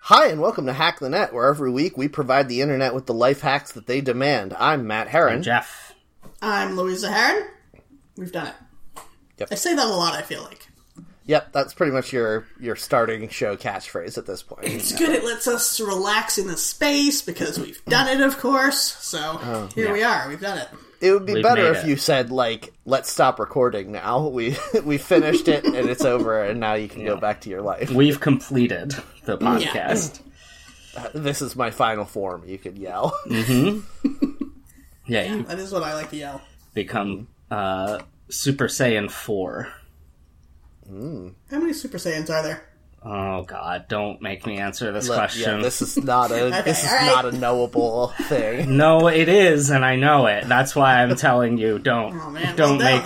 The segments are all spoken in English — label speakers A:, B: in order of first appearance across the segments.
A: Hi, and welcome to Hack the Net, where every week we provide the internet with the life hacks that they demand. I'm Matt Herron.
B: Jeff.
C: I'm Louisa Heron. We've done it.
A: Yep.
C: I say that a lot, I feel like.
A: Yep, that's pretty much your your starting show catchphrase at this point.
C: It's good it lets us to relax in this space because we've done it, of course. So here we are. We've done it.
A: It would be
B: We've
A: better
B: made
A: if
B: it.
A: you said like, "Let's stop recording now. We we finished it and it's over, and now you can go back to your life."
B: We've completed the podcast.
A: This is my final form. You could yell.
B: Yeah, you
C: That is what I like to yell.
B: become uh, Super Saiyan 4.
C: How many Super Saiyans are there?
B: Oh, God. Don't make me answer this
A: But,
B: question.
A: yeah, this is not a this is
C: all right.
A: not a knowable thing.
B: No, it is, and I know it. That's why I'm telling you, don't,
C: Oh, man.
B: don't
C: Well, no,
B: make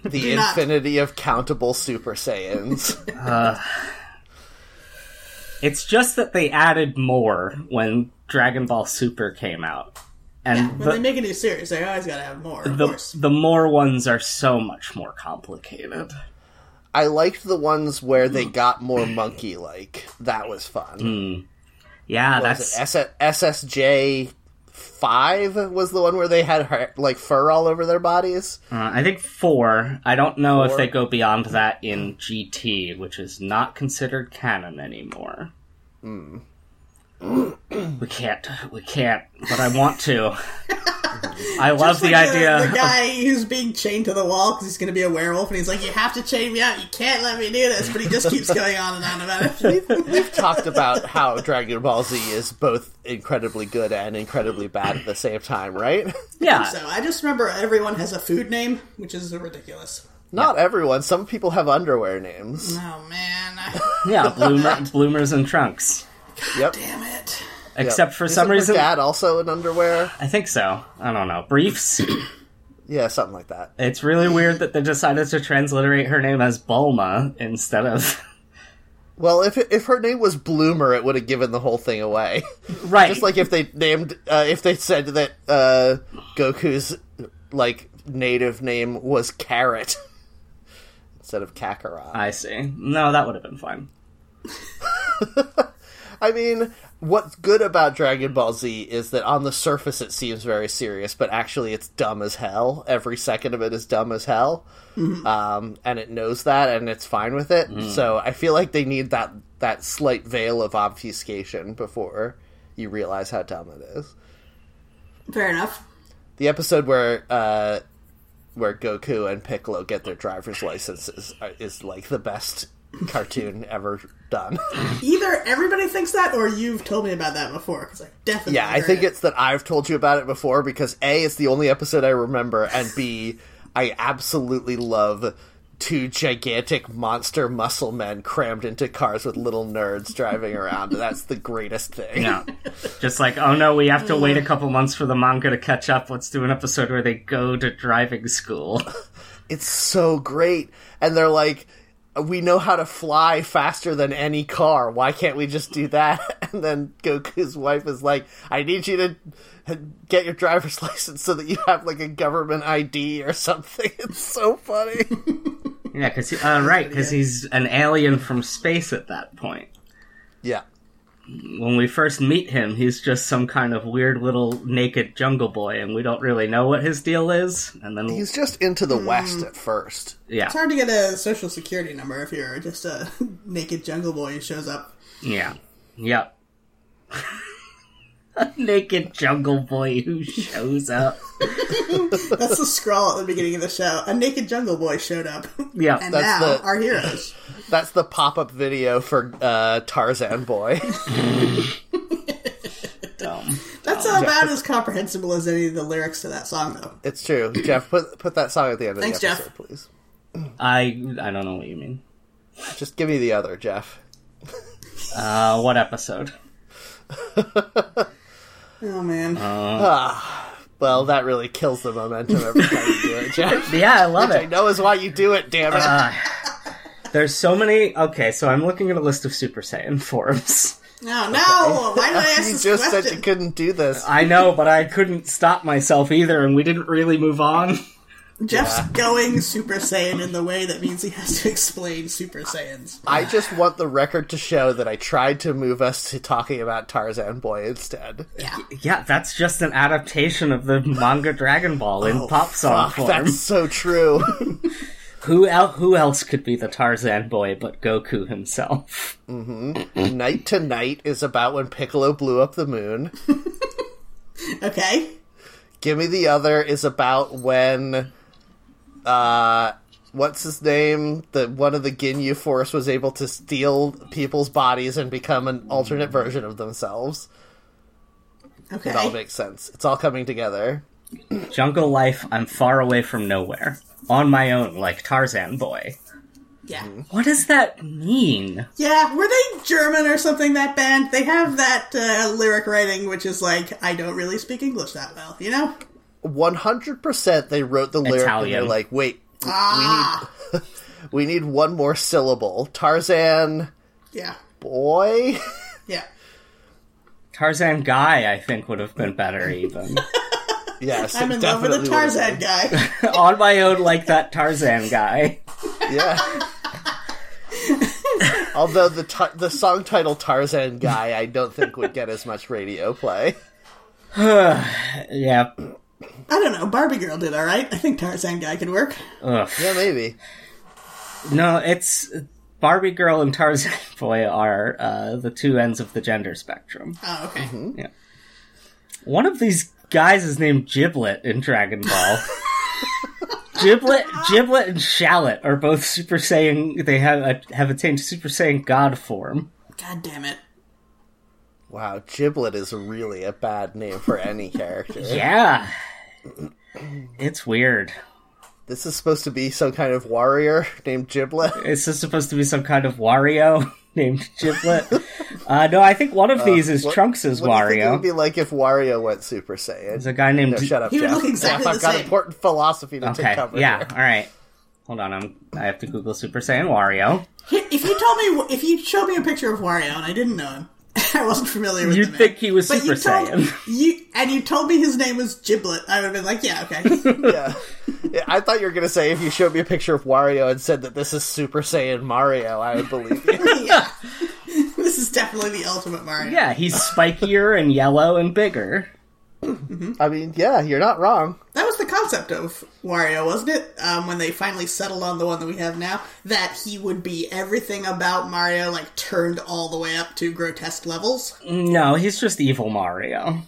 B: me.
A: The
C: not-
A: infinity of countable Super Saiyans.
B: It's just that they added more when Dragon Ball Super came out, and
C: When they make a new series, they always got to have more, of
B: the, the
C: course.
B: the more ones are so much more complicated.
A: I liked the ones where they
B: Hmm.
A: got more monkey like. That was fun.
B: Yeah,
A: Was
B: that's
A: it SS- SSJ five was the one where they had her- like fur all over their bodies.
B: Uh, I think four. I don't know if
A: Four.
B: they go beyond that in GT, which is not considered canon anymore.
C: Hmm.
B: we can't. We can't. But I want to. I love
C: It's
B: the
C: like uh,
B: idea.
C: The, guy who's being chained to the wall because he's going to be a werewolf, and he's like, "You have to chain me out. You can't let me do this." But he just keeps going on and on about it.
A: We've talked about how Dragon Ball Z is both incredibly good and incredibly bad at the same time, right?
B: yeah,
C: so I just remember everyone has a food name, which is ridiculous.
A: Not everyone. Some people have underwear names.
C: Oh man,
B: yeah. Bloomer, bloomers and trunks.
A: Yep.
C: damn it!
A: yep.
B: Mm, Except for
A: Isn't
B: some
A: her
B: reason,
A: dad also in underwear.
B: I think so. I don't know. Briefs.
A: Yeah, something like that.
B: it's really weird that they decided to transliterate her name as Bulma instead of
A: Well, if if her name was Bloomer, it would have given the whole thing away.
B: right.
A: Just like if they named, uh, if they said that uh, Goku's like native name was Carrot instead of Kakarot.
B: I see. No, that would have been fine.
A: I mean, what's good about Dragon Ball Z is that on the surface it seems very serious, but actually it's dumb as hell. Every second of it is dumb as hell, um, and it knows that, and it's fine with it. So I feel like they need that that slight veil of obfuscation before you realize how dumb it is.
C: Fair enough.
A: The episode where uh, where Goku and Piccolo get their driver's licenses is like the best cartoon ever done.
C: Either everybody thinks that, or you've told me about that before. Because I definitely
A: Yeah, I
C: heard
A: think
C: it.
A: it's that I've told you about it before because A, it's the only episode I remember, and B, I absolutely love two gigantic monster muscle men crammed into cars with little nerds driving around. That's the greatest thing.
B: Yeah. Just like, oh no, we have to wait a couple months for the manga to catch up. Let's do an episode where they go to driving school.
A: It's so great. And they're like, we know how to fly faster than any car. Why can't we just do that? And then Goku's wife is like, I need you to get your driver's license so that you have like a government ID or something. It's so funny.
B: yeah, because uh, right, because he's an alien from space at that point.
A: yeah.
B: When we first meet him, he's just some kind of weird little naked jungle boy, and we don't really know what his deal is. And then,
A: He's just into the West at first.
B: yeah,
C: It's hard to get a social security number if you're just a naked jungle boy who shows up.
B: yeah, yep. A naked jungle boy who shows up.
C: That's the scroll at the beginning of the show. A naked jungle boy showed up,
B: Yeah,
C: and
A: That's
C: now
A: the-
C: our heroes.
A: That's the pop up video for uh, Tarzan Boy.
B: dumb.
C: That's about as comprehensible as any of the lyrics to that song, though.
A: it's true. Jeff, put put that song at the end of
C: Thanks,
A: the
C: Jeff.
A: episode, please.
B: I I don't know what you mean.
A: Just give me the other, Jeff.
B: Uh, what episode?
C: Oh man,
A: Uh, Well, that really kills the momentum every time you do it, Jeff.
B: Yeah, I love
A: I
B: it.
A: know is why you do it, damn it.
B: There's so many. Okay, so I'm looking at a list of Super Saiyan forms.
C: no, no! Why did I ask
A: you
C: this
A: just said
C: question?
B: Uh,
A: you couldn't do this.
B: I know, but I couldn't stop myself either, and we didn't really move on.
C: Jeff's going Super Saiyan in the way that means he has to explain Super Saiyans.
A: I just want the record to show that I tried to move us to talking about Tarzan Boy instead.
C: Yeah.
B: Yeah, that's just an adaptation of the manga Dragon Ball in pop song
A: Oh, Fuck,
B: form.
A: that's so true.
B: Who el- who else could be the Tarzan boy but Goku himself?
A: night to night is about when Piccolo blew up the moon.
C: Okay.
A: Give me the other is about when uh what's his name? The one of the Ginyu force was able to steal people's bodies and become an alternate version of themselves.
C: Okay.
A: It all makes sense. It's all coming together.
B: Jungle life, I'm far away from nowhere. On my own, like Tarzan boy.
C: yeah.
B: What does that mean?
C: Yeah. Were they German or something? That band. They have that uh, lyric writing, which is like, I don't really speak English that well. You know.
A: One hundred percent they wrote the lyric and they're
B: Italian.
A: like, wait,
C: Ah.
A: we need one more syllable. Tarzan
C: Yeah.
A: boy?
C: Yeah.
B: Tarzan guy, I think, would have been better even.
A: yes.
C: I'm
A: it
C: in love with a
A: definitely would've
C: Tarzan guy.
B: On my own, like that Tarzan guy.
A: Yeah. Although the tar- the song title Tarzan guy, I don't think would get as much radio play.
B: Yeah.
C: I don't know. Barbie girl did all right. I think Tarzan guy could work.
B: Ugh.
A: Yeah, maybe.
B: No, it's Barbie girl and Tarzan boy are uh, the two ends of the gender spectrum.
C: Oh, okay.
B: Mm-hmm. One of these guys is named Giblet in Dragon Ball. Giblet, Giblet, and Shallot are both Super Saiyan. They have have attained Super Saiyan God form.
C: God damn it.
A: Wow, Giblet is really a bad name for any character.
B: Yeah, it's weird.
A: This is supposed to be some kind of warrior named Giblet.
B: It's just supposed to be some kind of Wario named Giblet. uh, no, I think one of these is
A: what-
B: Trunks' Trunks's
A: What do you think it
B: Wario.
A: would be like if Wario went Super Saiyan?
B: There's a guy named
A: No, shut up,
C: He would
A: Jeff.
C: look
A: Jeff,
C: exactly the
A: I've got
C: same.
A: important philosophy to
B: Okay,
A: take cover.
B: yeah,
A: here.
B: all right. Hold on, I'm. I have to Google Super Saiyan Wario.
C: If you told me, if you showed me a picture of Wario and I didn't know him, I wasn't familiar with
B: You'd
C: the man.
B: think he was
C: But
B: Super
C: you told,
B: Saiyan.
C: You and you told me his name was Giblet. I would have been like, yeah, okay.
A: Yeah. Yeah, I thought you were going to say if you showed me a picture of Wario and said that this is Super Saiyan Mario, I would believe you.
C: yeah. this is definitely the ultimate Mario.
B: Yeah, he's spikier and yellow and bigger.
A: I mean, yeah, you're not wrong.
C: That was the concept of Wario, wasn't it? Um, when they finally settled on the one that we have now, that he would be everything about Mario, like turned all the way up to grotesque levels.
B: No, he's just evil Mario.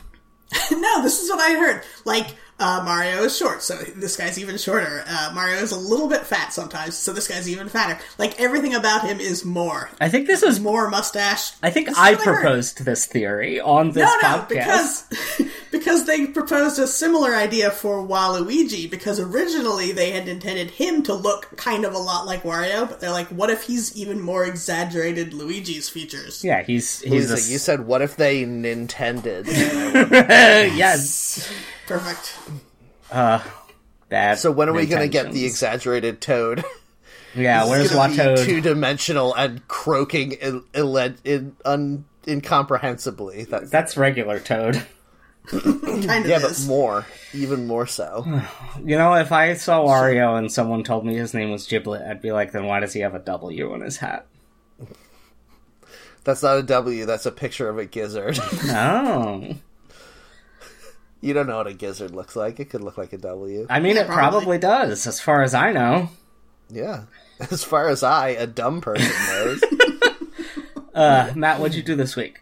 C: No, this is what I heard. Like, uh, Mario is short, so this guy's even shorter. Uh, Mario is a little bit fat sometimes, so this guy's even fatter. Like, everything about him is more.
B: I think this was.
C: More mustache.
B: I think
C: This is
B: I
C: what heard.
B: proposed this theory on this
C: No, no,
B: podcast.
C: because, because they proposed a similar idea for Waluigi, because originally they had intended him to look kind of a lot like Wario, but they're like, what if he's even more exaggerated Luigi's features?
B: Yeah, he's he's
A: Lisa,
B: a,
A: you said, what if they Nintended?
B: yes.
C: Perfect.
B: Bad.
A: so when are we going to get the
B: intentions.
A: exaggerated toad?
B: Yeah, where's Watto?
A: Two dimensional and croaking il- ille- in- un- incomprehensibly. That's,
B: That's regular Toad.
C: Kind of
A: yeah, but
C: is.
A: more, even more so.
B: You know, if I saw Wario and someone told me his name was Giblet, I'd be like, then why does he have a W on his hat?
A: That's not a W. That's a picture of a gizzard.
B: Oh.
A: you don't know what a gizzard looks like. It could look like a W.
B: I mean,
C: Yeah,
B: it probably does, as far as I know.
A: Yeah. As far as I, a dumb person knows.
B: Uh, Matt, what'd you do this week?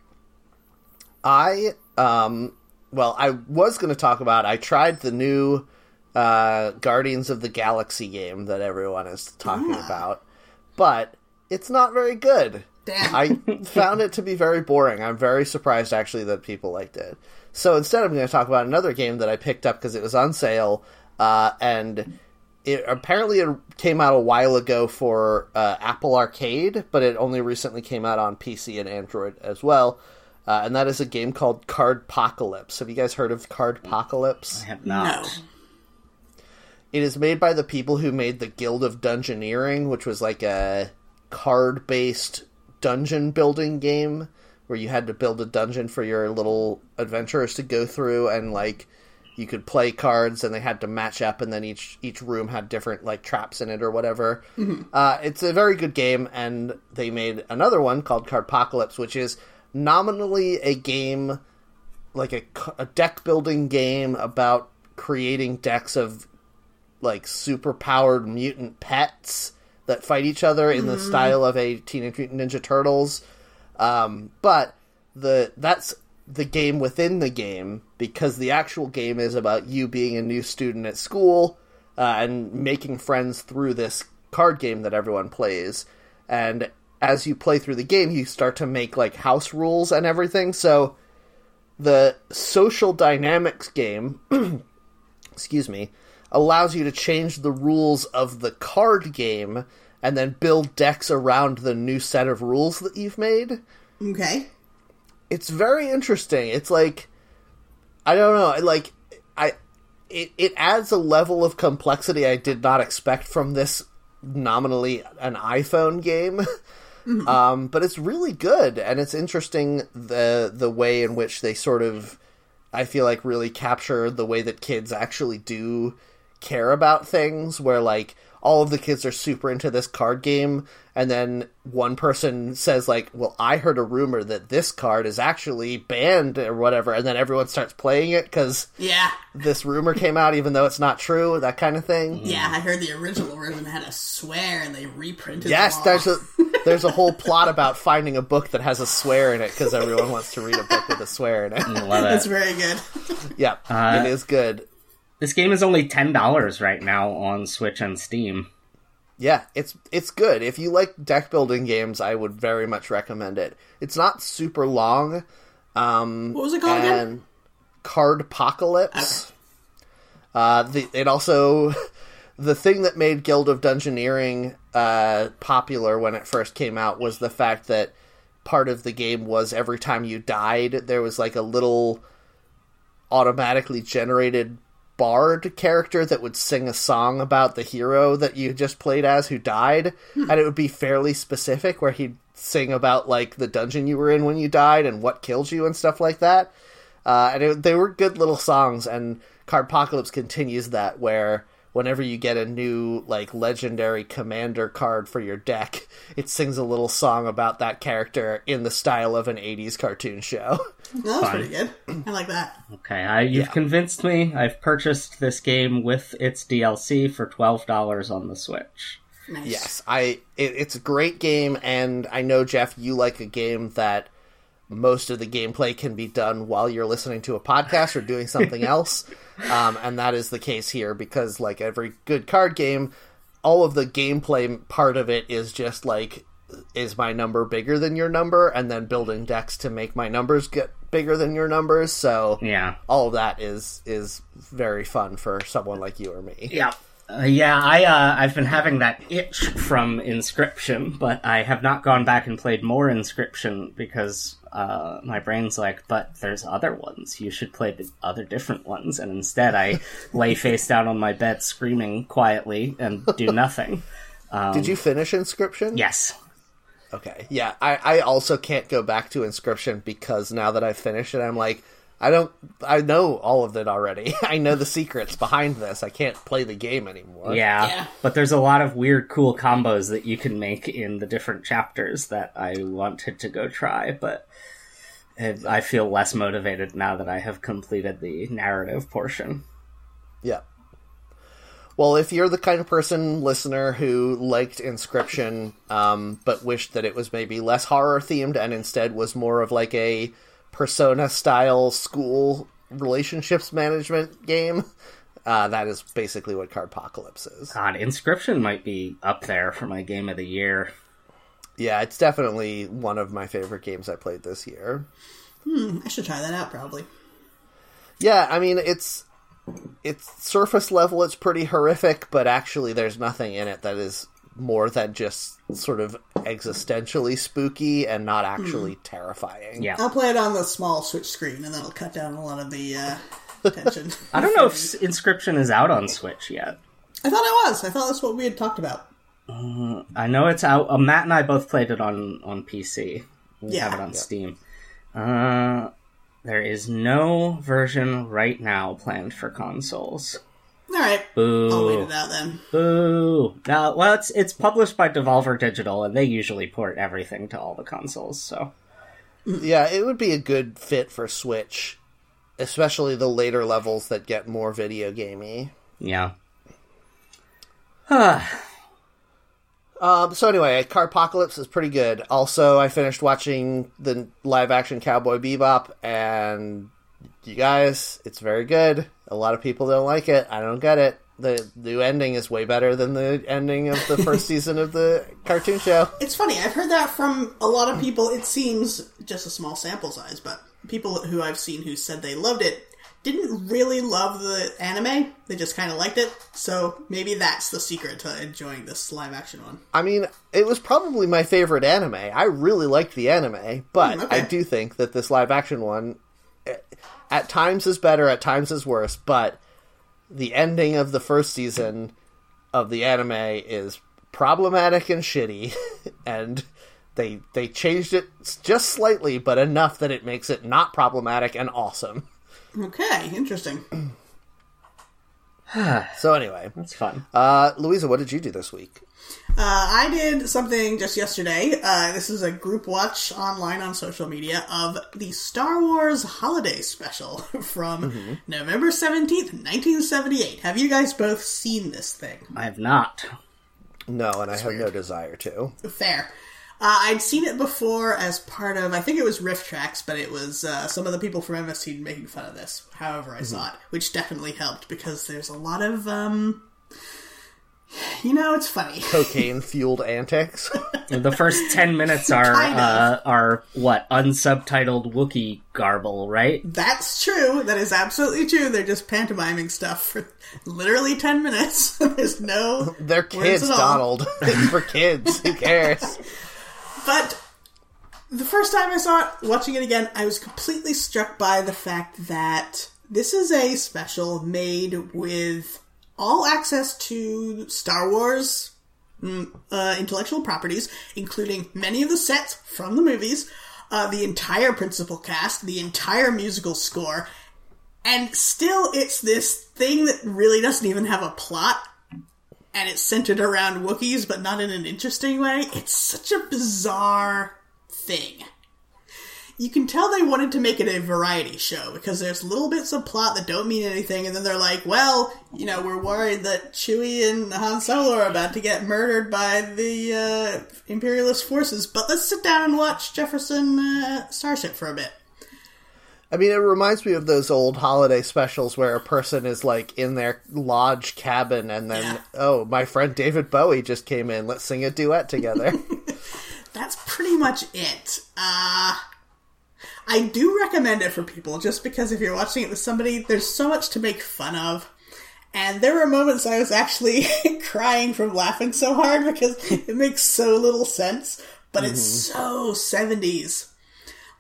A: I um well I was going to talk about I tried the new uh Guardians of the Galaxy game that everyone is talking about but it's not very good.
C: Damn.
A: I found it to be very boring. I'm very surprised actually that people liked it. So instead I'm going to talk about another game that I picked up because it was on sale uh and it apparently it came out a while ago for uh, Apple Arcade, but it only recently came out on PC and Android as well. Uh, and that is a game called Cardpocalypse. Have you guys heard of Cardpocalypse?
B: I have
C: no.
B: not.
A: It is made by the people who made the Guild of Dungeoneering, which was like a card based dungeon building game where you had to build a dungeon for your little adventurers to go through and like you could play cards and they had to match up and then each each room had different like traps in it or whatever uh, it's a very good game and they made another one called cardpocalypse which is nominally a game like a, c- a deck building game about creating decks of like super powered mutant pets that fight each other in the style of a Teenage Mutant Ninja Turtles. Um, but the that's the game within the game because the actual game is about you being a new student at school uh, and making friends through this card game that everyone plays. And as you play through the game, you start to make like house rules and everything. So the social dynamics game excuse me, allows you to change the rules of the card game and then build decks around the new set of rules that you've made.
C: Okay.
A: It's very interesting. It's like I don't know, like I it it adds a level of complexity I did not expect from this nominally an iPhone game. Um, but it's really good and it's interesting the the way in which they sort of I feel like really capture the way that kids actually do care about things where like all of the kids are super into this card game and then one person says like well i heard a rumor that this card is actually banned or whatever and then everyone starts playing it because
C: Yeah.
A: this rumor came out even though it's not true that kind of thing
C: Yeah, I heard the original version had a swear and they reprinted
A: yes
C: them all.
A: there's a there's a whole plot about finding a book that has a swear in it because everyone wants to read a book with a swear in it
B: Love
C: That's
B: it.
C: very good.
A: yeah it is good
B: This game is only ten dollars right now on Switch and Steam.
A: Yeah, it's it's good. If you like deck building games, I would very much recommend it. It's not super long. Um,
C: What was it called again?
A: and Cardpocalypse. Uh, the, it also the thing that made Guild of Dungeoneering uh, popular when it first came out was the fact that part of the game was every time you died, there was like a little automatically generated bard character that would sing a song about the hero that you just played as who died and it would be fairly specific where he'd sing about like the dungeon you were in when you died and what killed you and stuff like that uh, and it, they were good little songs and cardpocalypse continues that where whenever you get a new like legendary commander card for your deck it sings a little song about that character in the style of an 80s cartoon show
C: That was pretty good. I like that.
B: Okay, I, you've convinced me. I've purchased this game with its DLC for twelve dollars on the Switch.
C: Nice.
A: Yes, I. It, it's a great game, and I know Jeff, you like a game that most of the gameplay can be done while you're listening to a podcast or doing something else, um, and that is the case here because, like every good card game, all of the gameplay part of it is just like, is my number bigger than your number, and then building decks to make my numbers get bigger than your numbers. So
B: Yeah.
A: all of that is is very fun for someone like you or me.
B: Yeah. Uh, yeah, I uh, I've been having that itch from Inscription, but I have not gone back and played more Inscription because uh, my brain's like, but there's other ones. You should play the other different ones. And instead, I lay face down on my bed, screaming quietly and do nothing.
A: Did you finish Inscription?
B: Yes.
A: Okay. Yeah, I, I also can't go back to Inscription because now that I've finished it, I'm like, I don't, I know all of it already. I know the secrets behind this. I can't play the game anymore.
B: Yeah.
C: Yeah.
B: But there's a lot of weird, cool combos that you can make in the different chapters that I wanted to go try, but it, I feel less motivated now that I have completed the narrative portion.
A: Yeah. Well, if you're the kind of person, listener, who liked Inscription, um, but wished that it was maybe less horror themed and instead was more of like a persona style school relationships management game, uh, that is basically what Cardpocalypse is.
B: God, Inscription might be up there for my game of the year.
A: Yeah, it's definitely one of my favorite games I played this year.
C: I should try that out probably.
A: Yeah, I mean it's it's surface level it's pretty horrific, but actually there's nothing in it that is more than just sort of existentially spooky and not actually terrifying.
B: Yeah.
C: I'll play it on the small switch screen and that'll cut down a lot of the uh, tension.
B: I don't know if S- Inscription is out on Switch yet.
C: I thought it was. I thought that's what we had talked about.
B: I know it's out. Uh, Matt and I both played it on, on PC. We
C: Yeah.
B: have it on Steam. Uh, There is no version right now planned for consoles.
C: All right, I'll wait
B: Boo.
C: it out then.
B: Boo. No, well, it's it's published by Devolver Digital, and they usually port everything to all the consoles. So
A: Yeah, it would be a good fit for Switch, especially the later levels that get more video gamey.
B: yeah,
A: Um, so anyway, Carpocalypse is pretty good. Also, I finished watching the live action Cowboy Bebop, and you guys, it's very good. A lot of people don't like it. I don't get it. The new ending is way better than the ending of the first season of the cartoon show.
C: It's funny. I've heard that from a lot of people. It seems just a small sample size, but people who I've seen who said they loved it didn't really love the anime. They just kind of liked it. So maybe that's the secret to enjoying this live action one.
A: I mean, it was probably my favorite anime. I really liked the anime, but
C: Hmm, okay.
A: I do think that this live action one eh, at times is better, at times is worse, but the ending of the first season of the anime is problematic and shitty and they they changed it s- just slightly but enough that it makes it not problematic and awesome.
C: Okay, interesting.
A: So anyway,
B: that's fun.
A: uh Louisa, what did you do this week?
C: Uh, I did something just yesterday. Uh, this is a group watch online on social media of the Star Wars Holiday Special from November 17th, 1978. Have you guys both seen this thing?
B: I have not.
A: No, and I have no desire to.
C: Fair. Uh, I'd seen it before as part of, I think it was Riff Tracks, but it was uh, some of the people from MSC making fun of this, however, I saw it, which definitely helped because there's a lot of, um, you know, it's funny.
A: Cocaine fueled antics.
B: The first ten minutes are
C: Kind of.
B: uh, are what unsubtitled Wookiee garble, right?
C: That's true. That is absolutely true. They're just pantomiming stuff for literally 10 minutes. There's no.
A: They're
C: words
A: kids,
C: at all.
A: Donald. it's for kids. Who cares?
C: But the first time I saw it, watching it again, I was completely struck by the fact that this is a special made with all access to Star Wars mm, uh, intellectual properties, including many of the sets from the movies, uh, the entire principal cast, the entire musical score, and still it's this thing that really doesn't even have a plot and it's centered around Wookiees, but not in an interesting way. It's such a bizarre thing. You can tell they wanted to make it a variety show because there's little bits of plot that don't mean anything, and then they're like, well, you know, we're worried that Chewie and Han Solo are about to get murdered by the uh, Imperialist forces, but let's sit down and watch Jefferson uh, Starship for a bit.
A: I mean, it reminds me of those old holiday specials where a person is like in their lodge cabin and then,
C: Yeah.
A: oh, my friend David Bowie just came in. Let's sing a duet together.
C: that's pretty much it. Uh, I do recommend it for people just because if you're watching it with somebody, there's so much to make fun of. And there were moments I was actually crying from laughing so hard because it makes so little sense, but it's so 70s.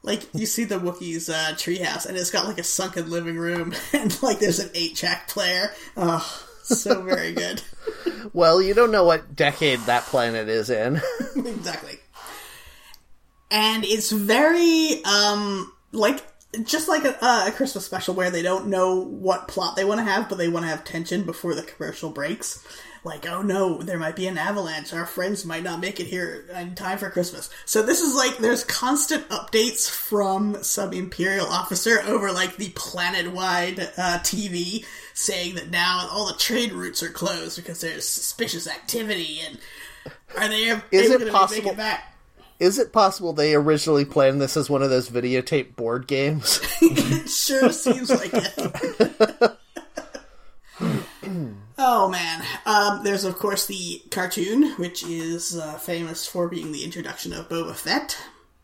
C: Like you see the Wookiees uh, treehouse, and it's got like a sunken living room, and like there's an eight-track player. Oh, so very good.
A: well, you don't know what decade that planet is in.
C: exactly. And it's very um like just like a, uh, a Christmas special where they don't know what plot they want to have, but they want to have tension before the commercial breaks. Like, oh no, there might be an avalanche. Our friends might not make it here in time for Christmas. So this is like there's constant updates from some imperial officer over like the planet-wide uh, TV saying that now all the trade routes are closed because there's suspicious activity and are they ever
A: Is it
C: able to make
A: possible-
C: it back?
A: is it possible they originally planned this as one of those videotape board games?
C: It sure seems like it. oh man. Um, there's of course the cartoon, which is uh, famous for being the introduction of Boba Fett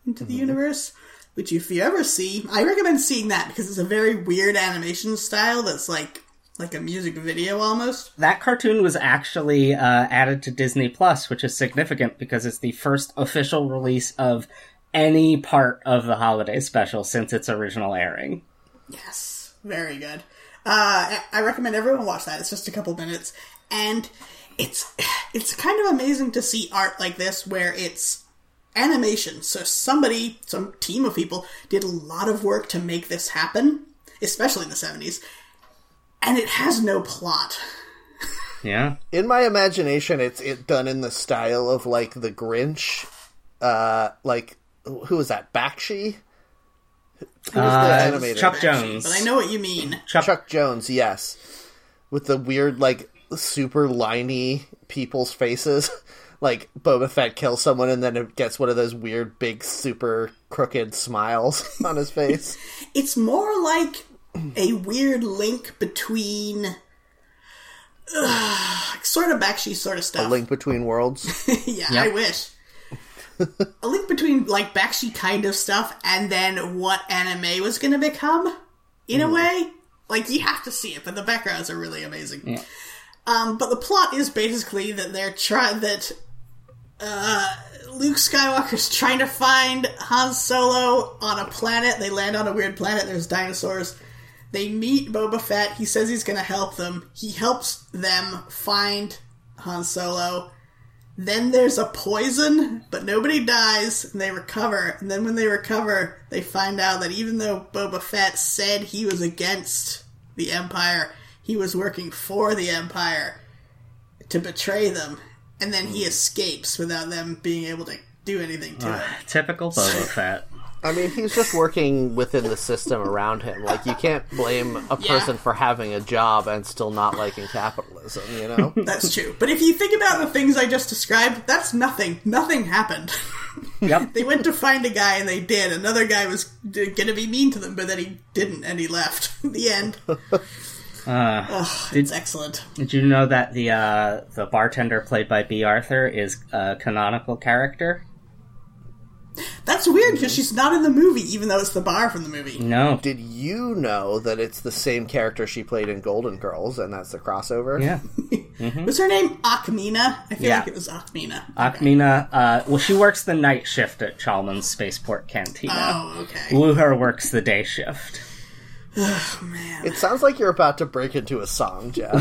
C: into the universe. Which, if you ever see, I recommend seeing that because it's a very weird animation style that's like like a music video almost.
B: That cartoon was actually uh, added to Disney Plus, which is significant because it's the first official release of any part of the holiday special since its original airing.
C: Yes, very good. Uh, I I recommend everyone watch that. It's just a couple minutes, and it's it's kind of amazing to see art like this where it's animation. So somebody, some team of people, did a lot of work to make this happen, especially in the 70s, and it has no plot.
B: Yeah.
A: in my imagination it's it done in the style of like the grinch uh like who was that bakshi who was
B: Uh,
A: the animator
B: Chuck
C: Actually,
B: Jones.
C: But I know what you mean.
B: Chuck,
A: chuck jones yes with the weird like super liney people's faces like boba fett kills someone and then it gets one of those weird big super crooked smiles on his face
C: It's more like a weird link between. Ugh, sort of Bakshi sort of stuff.
A: link between worlds
C: yeah, I wish. a link between like Bakshi kind of stuff and then what anime was going to become, in a way. Like you have to see it, but the backgrounds are really amazing. Um, but the plot is basically that they're trying that uh, Luke Skywalker's trying to find Han Solo on a planet. They land on a weird planet. There's dinosaurs. They meet Boba Fett. He says he's going to help them. He helps them find Han Solo. Then there's a poison, but nobody dies, and they recover. And then when they recover, they find out that even though Boba Fett said he was against the Empire, he was working for the Empire to betray them. And then he escapes without them being able to do anything to him.
B: typical Boba Fett.
A: i mean he's just working within the system around him like you can't blame a
C: Yeah.
A: person for having a job and still not liking capitalism you know
C: That's true. But if you think about the things I just described, that's nothing. Nothing happened.
B: Yep.
C: they went to find a guy and they did. Another guy was going to be mean to them, but then he didn't and he left. the end. Ugh, it's excellent.
B: Uh, Did you know that the uh, the bartender played by B. Arthur is a canonical character?
C: That's weird because she's not in the movie, even though it's the bar from the movie.
B: No.
A: Did you know that it's the same character she played in Golden Girls, and that's the crossover?
B: Yeah.
C: Was her name Akmina? I feel
B: Mm-hmm. Yeah.
C: like it was Akmina.
B: Akmina, uh, well, she works the night shift at Chalmers Spaceport Cantina.
C: Oh, okay. Oh,
B: Luher works the day shift.
C: Man.
A: It sounds like you're about to break into a song, Jeff.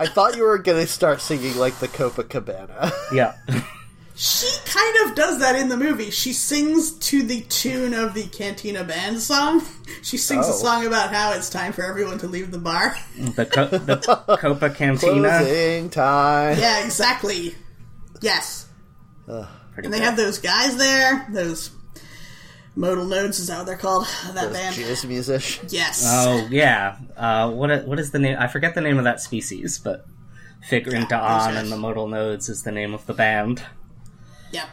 A: I thought you were going to start singing like the Copacabana.
B: Yeah.
C: She kind of does that in the movie. She sings to the tune of the Cantina Band song. She sings a
A: Oh.
C: song about how it's time for everyone to leave the bar.
B: the, co- the Copa Cantina.
A: Closing time.
C: Yeah, exactly. Yes.
B: Pretty
C: And they
B: good.
C: have those guys there, those modal nodes, is that what they're called? That band?
A: Jazz musician.
C: Yes.
B: Oh yeah. Uh, what i- what is the name? I forget the name of that species, but figuring to on
C: guys.
B: and the modal nodes is the name of the band.
C: Yep.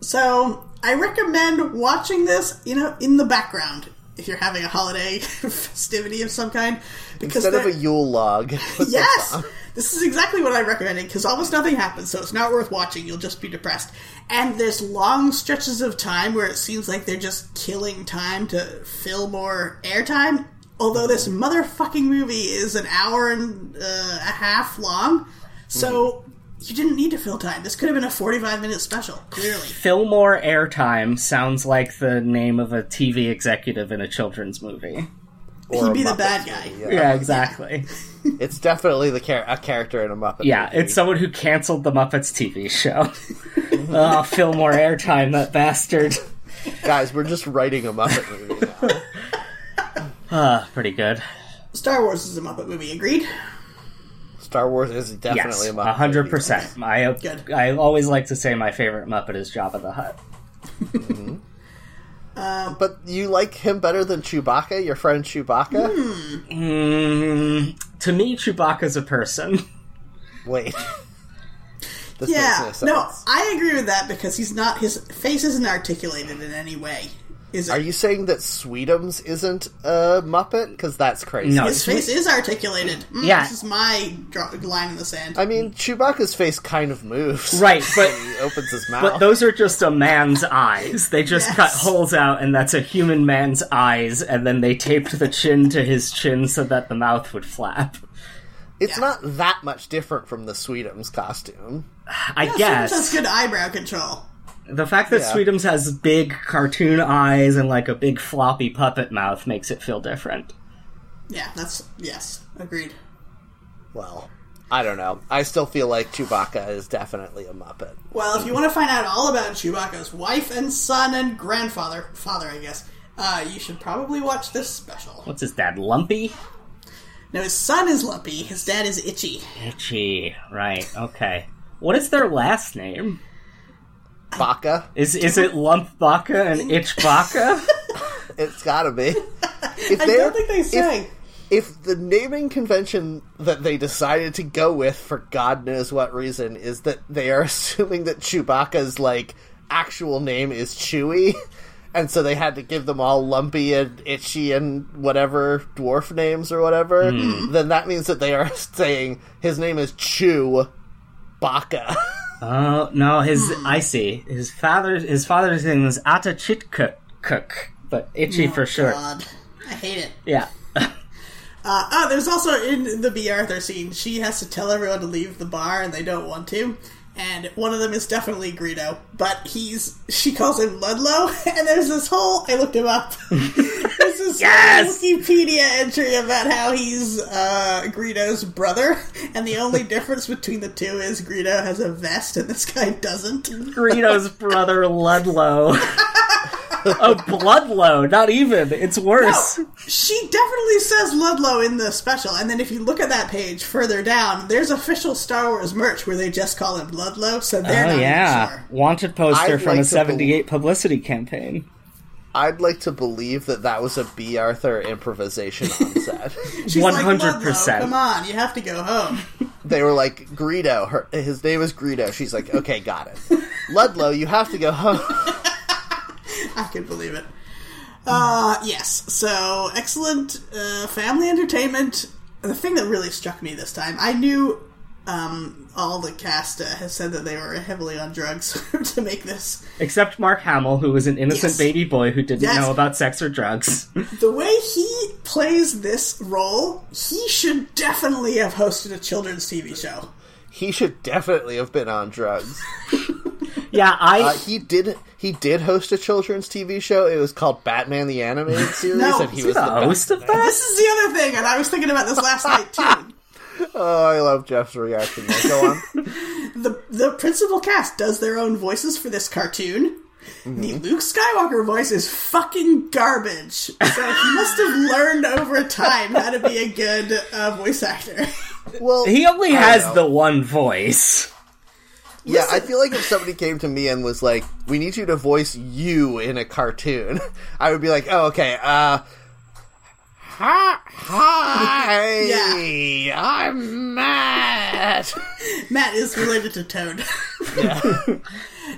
C: So I recommend watching this, you know, in the background if you're having a holiday festivity of some kind. Because
A: Instead of
C: there-
A: a Yule log. put this
C: yes,
A: on.
C: this is exactly what I recommended because almost nothing happens, so it's not worth watching. You'll just be depressed. And there's long stretches of time where it seems like they're just killing time to fill more airtime. Although this motherfucking movie is an hour and uh, a half long,
A: Mm-hmm.
C: so you didn't need to fill time. This could have been a 45 minute special, clearly.
B: Fillmore Airtime sounds like the name of a TV executive in a children's movie.
A: Or
C: He'd
A: a
C: be the
A: Muppet
C: bad guy.
A: movie, yeah.
B: Yeah, exactly.
A: It's definitely the char- a character in a Muppet
B: Yeah,
A: movie.
B: it's uh, someone who canceled the Muppets TV show. oh, Fillmore Airtime, that bastard.
A: Guys, we're just writing a Muppet movie now.
B: Uh, pretty good.
C: Star Wars is a Muppet movie, agreed?
A: Star Wars is definitely
B: Yes,
A: a Muppet movie.
B: hundred percent. I
C: Good.
B: I always like to say my favorite Muppet is Jabba the Hutt.
A: But you like him better than Chewbacca, your friend Chewbacca?
C: Hmm.
B: Mm, to me, Chewbacca's a person.
A: Wait. This
C: Yeah.
A: makes
C: No,
A: sense.
C: I agree with that because he's not, his face isn't articulated in any way. Is it?
A: Are you saying that Sweetums isn't a Muppet? Because that's crazy.
B: No.
C: His face is articulated. Mm,
B: Yeah.
C: This is my draw- line in the sand.
A: I mean, Chewbacca's face kind of moves.
B: Right, but
A: He opens his mouth.
B: but those are just a man's eyes. They just
C: Yes.
B: cut holes out, and that's a human man's eyes. And then they taped the chin to his chin so that the mouth would flap.
A: it's not that much different from the Sweetums costume.
B: I
C: Yes.
B: guess
C: That's good eyebrow control.
B: the fact that
A: Yeah.
B: Sweetums has big cartoon eyes and like a big floppy puppet mouth makes it feel different.
C: Yeah, that's, yes, agreed.
A: Well, I don't know. I still feel like Chewbacca is definitely a Muppet.
C: Well, if you want to find out all about Chewbacca's wife and son and grandfather, father, I guess, uh, you should probably watch this special.
B: What's his dad? Lumpy?
C: Now, his son is Lumpy, his dad is Itchy.
B: Itchy. Right. Okay. What is their last name?
A: Baca?
B: Is is it Lump Baka and Itch Baka?
A: It's gotta be. If
C: I
A: they're-
C: don't think they say.
A: if the naming convention that they decided to go with for God knows what reason is that they are assuming that Chewbacca's like actual name is Chewy, and so they had to give them all lumpy and itchy and whatever dwarf names or whatever, then that means that they are saying his name is Chew Baca.
B: oh no, his I see. His father his father's name was Ata Chitkuk, but Itchy for sure.
C: God, I hate it.
B: Yeah.
C: Uh, oh, there's also in the B. Arthur scene, she has to tell everyone to leave the bar and they don't want to. And one of them is definitely Greedo, but he's she calls him Ludlow, and there's this whole I looked him up. there's this
B: Yes!
C: Wikipedia entry about how he's uh, Greedo's brother, and the only difference between the two is Greedo has a vest and this guy doesn't.
B: Greedo's brother Ludlow. oh, Bloodlow, not even. It's worse.
C: Oh, she definitely says Ludlow in the special, and then if you look at that page further down, there's official Star Wars merch where they just call him Ludlow, so they're
B: Oh
C: not
B: yeah,
C: even sure.
B: wanted poster
A: I'd
B: from
A: like to
B: a '78 publicity campaign.
A: I'd like to believe that that was a B. Arthur improvisation on set.
C: She's like,
B: 100%.
C: "Ludlow, Come on, you have to go home.
A: they were like Greedo. Her, his name is Greedo. She's like, okay, got it. Ludlow, you have to go home.
C: I could believe it. Uh, yes, so excellent uh, family entertainment. The thing that really struck me this time, I knew um, all the cast uh, has said that they were heavily on drugs to make this.
B: Except Mark Hamill, who was an innocent
C: Yes.
B: baby boy who didn't
C: Yes.
B: know about sex or drugs.
C: The way he plays this role, he should definitely have hosted a children's TV show.
A: He should definitely have been on drugs.
B: yeah, I
A: Uh, he did. He did host a children's TV show. It was called Batman the Animated Series,
C: No,
A: and he
C: it's
A: was the
B: the host
A: best.
B: of that.
C: This is the other thing, and I was thinking about this last night too.
A: Oh, I love Jeff's reaction. There. Go on.
C: The the principal cast does their own voices for this cartoon. The Luke Skywalker voice is fucking garbage. So he must have learned over time how to be a good uh, voice actor.
A: Well,
B: He only
A: I
B: has
A: know.
B: the one voice.
A: Yeah, I feel like if somebody came to me and was like, "We need you to voice you in a cartoon," I would be like, "Oh, okay. Uh, hi, hi, I'm Matt."
C: Matt is related to Toad.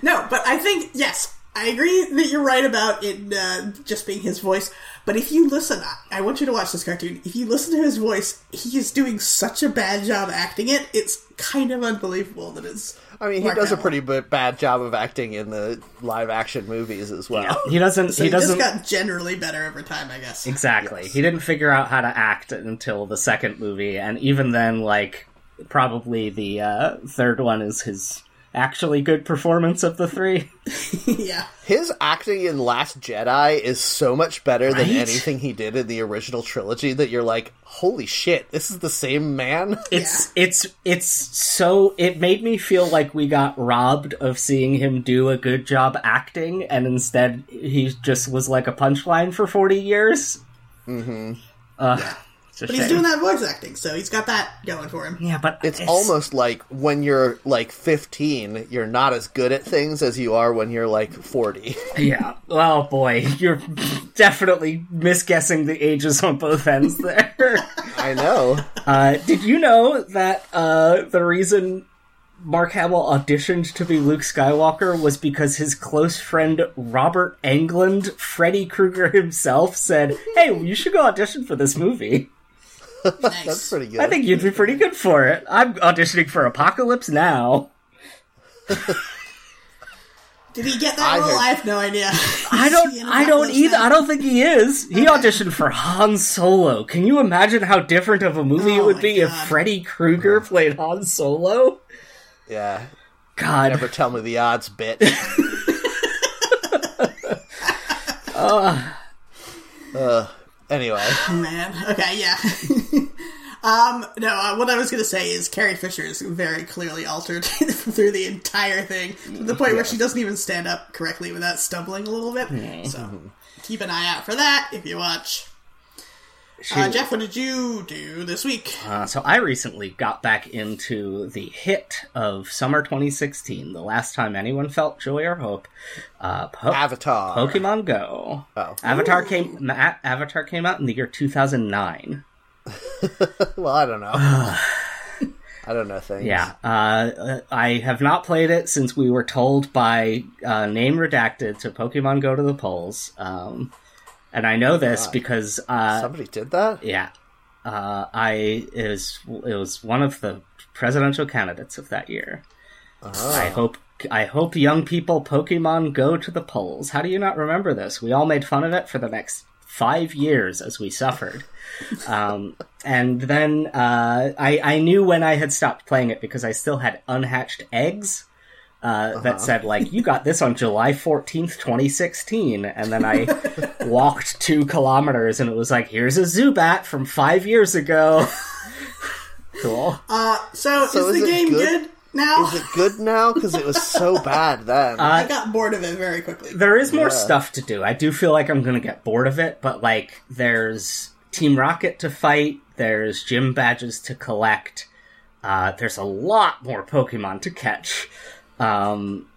C: no, but I think yes, I agree that you're right about it uh, just being his voice. But if you listen, I- I want you to watch this cartoon. If you listen to his voice, he is doing such a bad job acting it. It's kind of unbelievable that it's.
A: I mean, he
C: Mark
A: does a
C: Hamill.
A: pretty b- bad job of acting in the live-action movies as well.
B: He doesn't.
C: So
B: he
C: he,
B: doesn't.
C: just got generally better over time, I guess.
B: Exactly. He didn't figure out how to act until the second movie, and even then, like probably the uh, third one is his actually good performance of the three.
C: yeah.
A: His acting in Last Jedi is so much better than
B: Right?
A: anything he did in the original trilogy that you're like, "Holy shit, this is the same man."
B: It's it's it's so it made me feel like we got robbed of seeing him do a good job acting, and instead he just was like a punchline for forty years. Mm-hmm. Uh, it's a
C: But he's
B: shame.
C: doing that voice acting, so he's got that going for him.
B: yeah, but
A: It's almost like when you're like 15, you're not as good at things as you are when you're like 40.
B: yeah. Oh boy, you're definitely misguessing the ages on both ends there.
A: I know.
B: Uh, did you know that uh, the reason Mark Hamill auditioned to be Luke Skywalker was because his close friend Robert Englund, Freddy Krueger himself, said, "Hey, you should go audition for this movie.
C: Nice.
A: That's pretty good.
B: I think you'd be pretty good for it. I'm auditioning for Apocalypse Now.
C: Did he get
A: I
C: that role?
A: heard-
C: I have no
B: I
C: idea. Is he
B: don't.
C: in
B: I don't
C: Apocalypse
B: either.
C: Now?
B: I don't think he is. He auditioned for Han Solo. Can you imagine how different of a movie it
C: Oh
B: would
C: my
B: be if
C: God.
B: Freddy Krueger played Han Solo?
A: Yeah.
B: God,
A: Never tell me the odds, bitch. uh, anyway, Uh,
C: man. Okay, yeah. Um, no, uh, what I was going to say is Carrie Fisher is very clearly altered through the entire thing to the point where she doesn't even stand up correctly without stumbling a little
A: Mm-hmm.
C: bit. So keep an eye out for that if you watch. Uh, Jeff, what did you do this week?
B: Uh, so I recently got back into the hit of summer 2016, the last time anyone felt joy or hope. Uh, po-
A: Avatar.
B: Pokemon Go.
A: Oh.
B: Avatar came. Ma- Avatar came out in the year 2009.
A: Well, I don't know. I don't know things.
B: Yeah, uh, I have not played it since we were told by uh, name redacted to Pokemon Go to the polls, um, and I know this because uh,
A: Somebody did that?
B: yeah, uh, I it was it was one of the presidential candidates of that year. I hope I hope young people Pokemon Go to the polls. How do you not remember this? We all made fun of it for the next five years as we suffered. Um, and then uh, I, I knew when I had stopped playing it because I still had unhatched eggs uh, that said, like, you got this on July 14th, 2016. And then I walked two kilometers and it was like, here's a Zubat from five years ago. cool.
C: So,
A: So
C: is
A: is
C: the
A: it
C: game good,
A: good?
C: now?
A: Is it good now? Because it was so bad then.
C: I got bored of it very quickly.
B: there is more stuff to do. I do feel like I'm going to get bored of it, but like there's Team Rocket to fight, there's gym badges to collect, uh, there's a lot more Pokemon to catch. Um,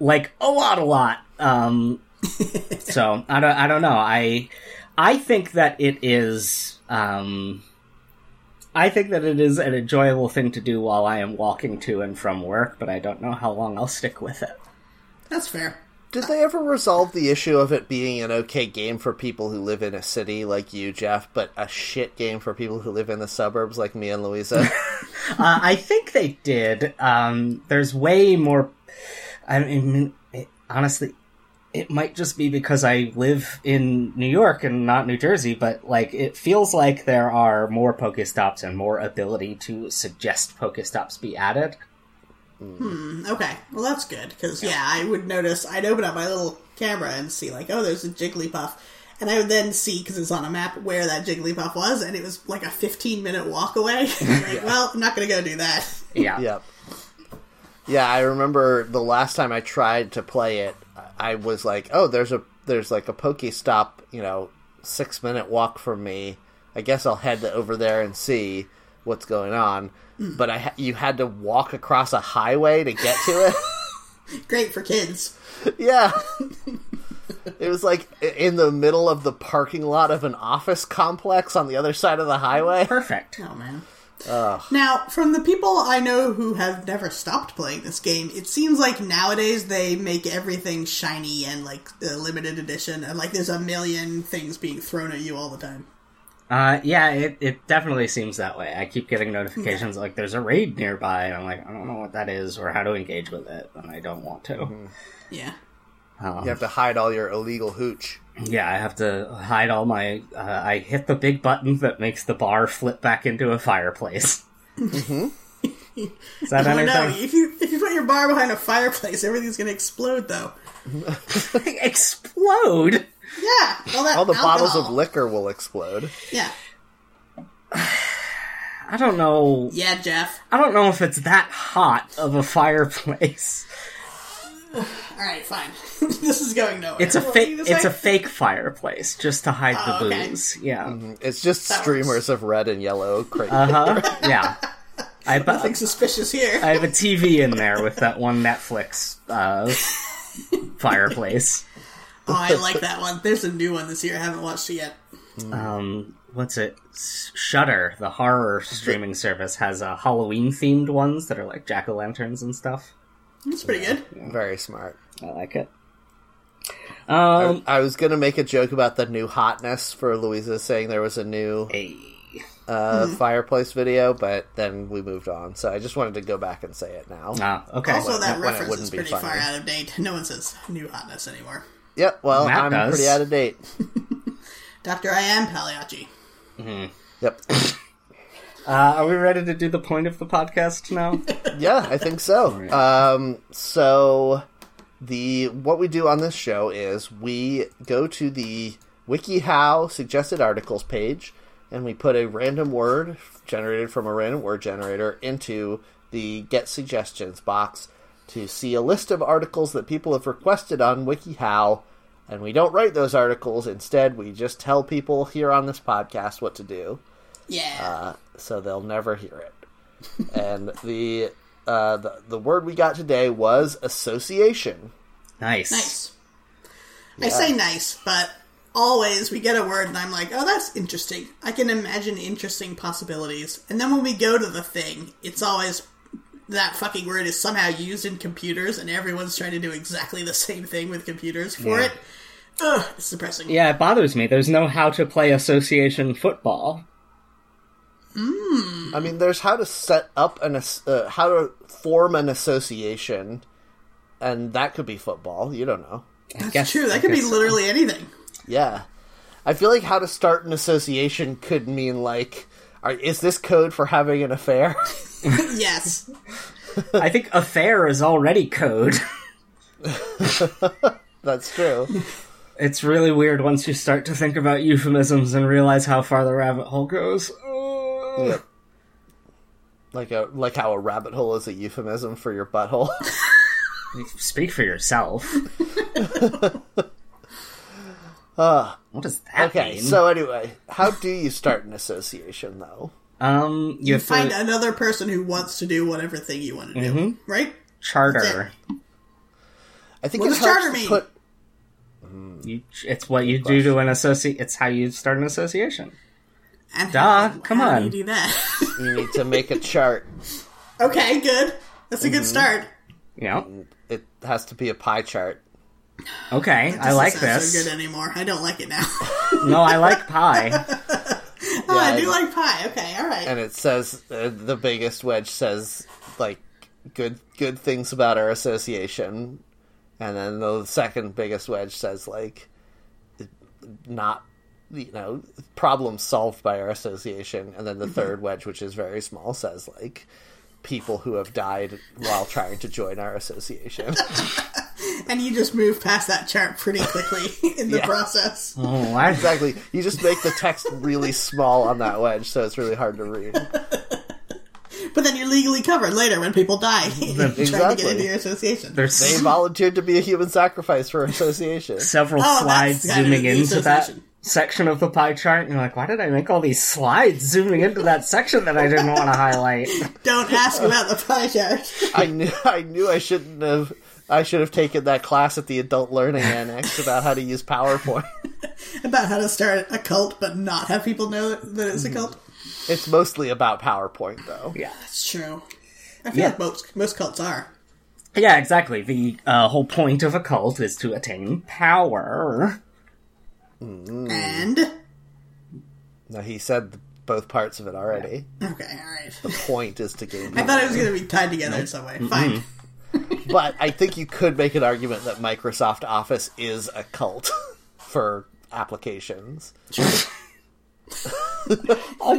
B: like a lot, a lot. Um, so I don't, I don't know. I, I think that it is. Um, I think that it is an enjoyable thing to do while I am walking to and from work, but I don't know how long I'll stick with it.
C: That's fair.
A: Did they ever resolve the issue of it being an okay game for people who live in a city like you, Jeff, but a shit game for people who live in the suburbs like me and Louisa?
B: Uh, I think they did. Um, there's way more. I mean, it, honestly, it might just be because I live in New York and not New Jersey, but like it feels like there are more Pokestops and more ability to suggest Pokestops be added.
C: Okay, well that's good because yeah, I would notice. I'd open up my little camera and see like, oh, there's a Jigglypuff, and I would then see because it's on a map where that Jigglypuff was, and it was like a 15 minute walk away. like, well, I'm not gonna go do that.
B: Yeah.
A: yep. Yeah, I remember the last time I tried to play it, I was like, "Oh, there's a there's like a Pokestop, you know, six minute walk from me. I guess I'll head over there and see what's going on." But I, ha- you had to walk across a highway to get to it.
C: Great for kids.
A: Yeah. it was like i- in the middle of the parking lot of an office complex on the other side of the highway.
B: Perfect.
C: Oh man. Now, from the people I know who have never stopped playing this game, it seems like nowadays they make everything shiny and like the limited edition, and like there's a million things being thrown at you all the time.
B: Uh, yeah, it, it definitely seems that way. I keep getting notifications like there's a raid nearby, and I'm like, I don't know what that is or how to engage with it, and I don't want to.
C: Yeah.
A: You have to hide all your illegal hooch.
B: Yeah, I have to hide all my. Uh, I hit the big button that makes the bar flip back into a fireplace.
C: Mm-hmm.
B: Is that
C: I know.
B: anything?
C: If you if you put your bar behind a fireplace, everything's gonna explode, though.
B: Explode!
C: Yeah, all that
A: All the bottles of
C: alcohol.
A: liquor will explode.
C: Yeah,
B: I don't know.
C: yeah, Jeff.
B: I don't know if it's that hot of a fireplace.
C: All right, fine. this is going nowhere.
B: It's a
C: What were
B: fake.
C: you gonna
B: It's
C: say?
B: a fake fireplace just to hide the
C: Oh, okay. Mm-hmm.
B: booze. Yeah.
A: It's just
C: That
A: streamers
C: works.
A: of red and yellow. Cra-
B: Uh huh. Yeah. I, bu-
C: Nothing suspicious here.
B: I have a TV in there with that one Netflix uh, fireplace.
C: oh, I like that one. There's a new one this year. I haven't watched it yet.
B: um what's it shutter the horror streaming service has uh, halloween themed ones that are like jack-o'-lanterns and stuff
C: It's pretty good.
A: Very smart.
B: i like it um
A: I was gonna make a joke about the new hotness for Louisa saying there was a new
B: hey.
A: uh,
B: mm-hmm.
A: fireplace video, but then we moved on. So I just wanted to go back and say it now.
B: Ah, okay
C: Also, that
A: when it
C: reference
A: wouldn't
C: is
A: be
C: pretty
A: funny.
C: far out of date. No one says new hotness anymore.
A: Yep. Well,
B: Matt
A: I'm
B: does.
A: pretty out of date.
C: Doctor, I am Pagliacci.
A: Yep.
B: uh, are we ready to do the point of the podcast now
A: yeah, I think so. Um, so the what we do on this show is we go to the WikiHow suggested articles page and we put a random word generated from a random word generator into the get suggestions box to see a list of articles that people have requested on WikiHow. And we don't write those articles. Instead, we just tell people here on this podcast what to do
C: Yeah.
A: uh, so they'll never hear it. and the, uh, the the word we got today was association.
B: Nice.
C: nice. I say nice, but always we get a word and I'm like, oh, that's interesting. I can imagine interesting possibilities. And then when we go to the thing, it's always that fucking word is somehow used in computers and everyone's trying to do exactly the same thing with computers for
B: Yeah.
C: it. Ugh, it's depressing.
B: Yeah, it bothers me. There's no how to play association football.
A: I mean, there's how to set up an as- uh, how to form an association, and that could be football. You don't know.
B: I
C: That's
B: guess,
C: true.
B: I
C: That could be
B: guess-
C: literally anything.
A: Yeah, I feel like how to start an association could mean like, are, is this code for having an affair?
C: yes.
B: I think affair is already code.
A: That's true.
B: It's really weird once you start to think about euphemisms and realize how far the rabbit hole goes. Ugh.
A: Yep. Like a like how a rabbit hole is a euphemism for your butthole.
B: Speak for yourself. what does that
A: Uh, okay,
B: mean?
A: so anyway, how do you start an association though?
B: um, you have
C: Find
B: to
C: another person who wants to do whatever thing you want to do,
B: Mm-hmm.
C: right?
B: charter.
A: I think
C: What
A: it
C: does
A: helps
C: charter
A: to
C: mean?
A: put
B: You, it's what you do to an associate. It's how you start an association.
C: And
B: Duh,
C: how-
B: come
C: how do
B: on.
C: you do that?
A: you need E to make a chart.
C: okay, good. That's a
B: Mm-hmm.
C: good start.
B: You know?
A: It has to be a pie chart.
B: Okay, I like
C: Doesn't sound So
B: this.
C: good anymore. I don't like it now.
B: No, I like pie.
C: oh, I
A: Yeah,
C: do
A: I-
C: like pie. Okay, all right.
A: and it says uh, the biggest wedge says like good good things about our association and then the second biggest wedge says like not you know problems solved by our association and then the third wedge which is very small says like people who have died while trying to join our association
C: And you just move past that chart pretty quickly in the
A: Yeah.
C: process.
B: Oh, I,
A: exactly you just make the text really small on that wedge so it's really hard to read
C: But then you're legally covered later when people die trying to
A: Exactly.
C: get into your association.
B: there's
A: they volunteered to be a human sacrifice for our association
B: several
C: Oh, that's
B: slides
C: kind of
B: zooming
C: the
B: into that
C: association.
B: section of the pie chart, and you're like, why did I make all these slides zooming into that section that I didn't want to highlight?
C: Don't ask about the pie chart.
A: I knew I knew I shouldn't have. I should have taken that class at the adult learning annex about how to use PowerPoint.
C: about how to start a cult but not have people know that it's a cult.
A: It's mostly about PowerPoint, though.
B: Yeah.
C: That's true. I feel
B: Yeah.
C: like most, most cults are.
B: Yeah, exactly. The uh, whole point of a cult is to attain power.
C: And.
A: No, he said both parts of it already.
C: Okay, all right.
A: Point is to gain,
C: I thought it was going to be tied together in some way. Fine.
A: but I think you could make an argument that Microsoft Office is a cult for applications.
B: A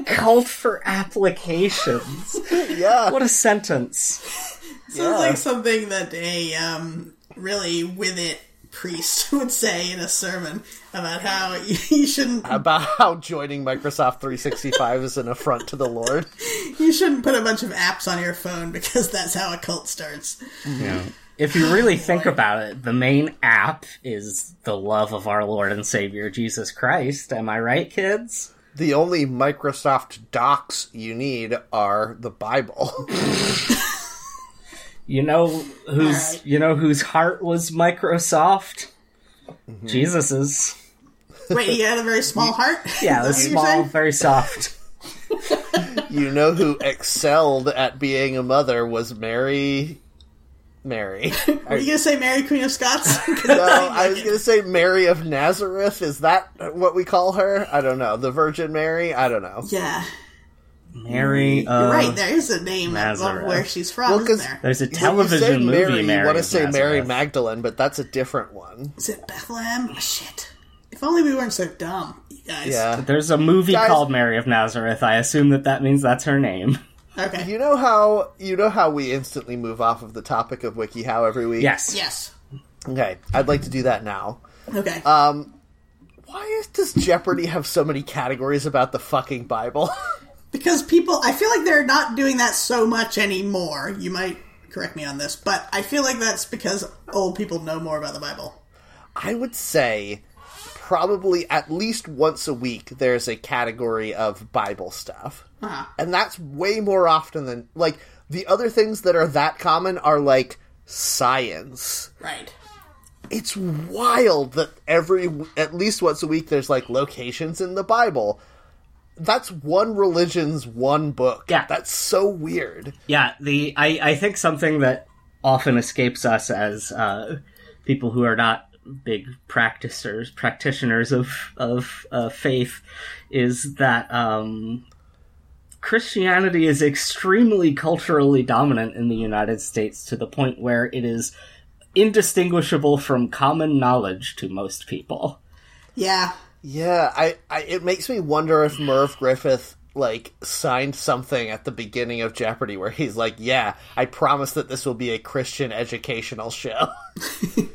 B: cult for applications.
A: Yeah,
B: what a sentence.
C: Sounds
A: Yeah.
C: like something that a um, really with it priest would say in a sermon about how you, you shouldn't
A: about how joining Microsoft 365 is an affront to the Lord.
C: you shouldn't put a bunch of apps on your phone because that's how a cult starts.
B: Yeah. If you really think about it, the main app is the love of our Lord and Savior Jesus Christ. Am I right, kids?
A: The only Microsoft docs you need are the Bible.
B: You know whose
C: Alright.
B: you know whose heart was Microsoft? Jesus's.
C: Wait, he had a very small heart.
B: Yeah, it was
C: Is that
B: small,
C: what you're saying?
B: very soft.
A: You know who excelled at being a mother was Mary. Mary.
C: Are you gonna say Mary Queen of Scots?
A: No, I was going to say Mary of Nazareth. Is that what we call her? I don't know. The Virgin Mary? I don't know.
C: yeah,
B: Mary.
C: you're
B: Uh,
C: right. There is a name of
B: Nazareth.
C: where she's from.
A: Well, 'cause
C: isn't there?
B: There's a
A: When you say
B: television
A: Mary,
B: movie. Mary
A: you want to
B: of
A: say Mary
B: Nazareth.
A: Magdalene, but that's a different one.
C: Is it Bethlehem? Oh, shit. If only we weren't so dumb, you guys.
A: Yeah.
B: There's a movie
A: Guys-
B: called Mary of Nazareth. I assume that that means that's her name.
C: Okay.
A: You know how you know how we instantly move off of the topic of WikiHow every week.
B: Yes.
C: yes.
A: Okay, I'd like to do that now.
C: Okay.
A: Um, Why is, does Jeopardy have so many categories about the fucking Bible?
C: because people i feel like they're not doing that so much anymore you might correct me on this but i feel like that's because old people know more about the bible
A: I would say probably at least once a week there's a category of Bible stuff. And that's way more often than like the other things that are that common are like science.
C: right
A: It's wild that every at least once a week there's like locations in the Bible. That's one religion's one book.
B: Yeah.
A: That's so weird.
B: Yeah, the I, I think something that often escapes us as uh, people who are not big practicers practitioners of of uh, faith is that um, Christianity is extremely culturally dominant in the United States to the point where it is indistinguishable from common knowledge to most people.
C: yeah
A: Yeah, I, I it makes me wonder if Merv Griffith like signed something at the beginning of Jeopardy where he's like, "Yeah, I promise that this will be a Christian educational show."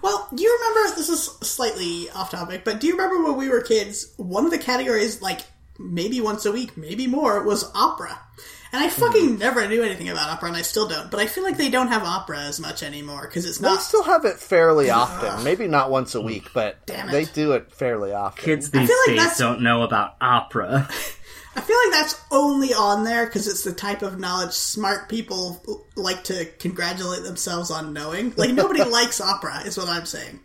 C: well do you remember this is slightly off topic but do you remember when we were kids one of the categories like maybe once a week maybe more was opera and i fucking never knew anything about opera and i still don't but i feel like they don't have opera as much anymore because it's
A: they
C: not
A: still have it fairly often. Maybe not once a week, but
C: Damn it.
A: they do it fairly often.
B: Kids these
C: like
B: days
C: that's-
B: don't know about opera.
C: I feel like that's only on there because it's the type of knowledge smart people l- like to congratulate themselves on knowing. Like nobody likes opera, is what I'm saying.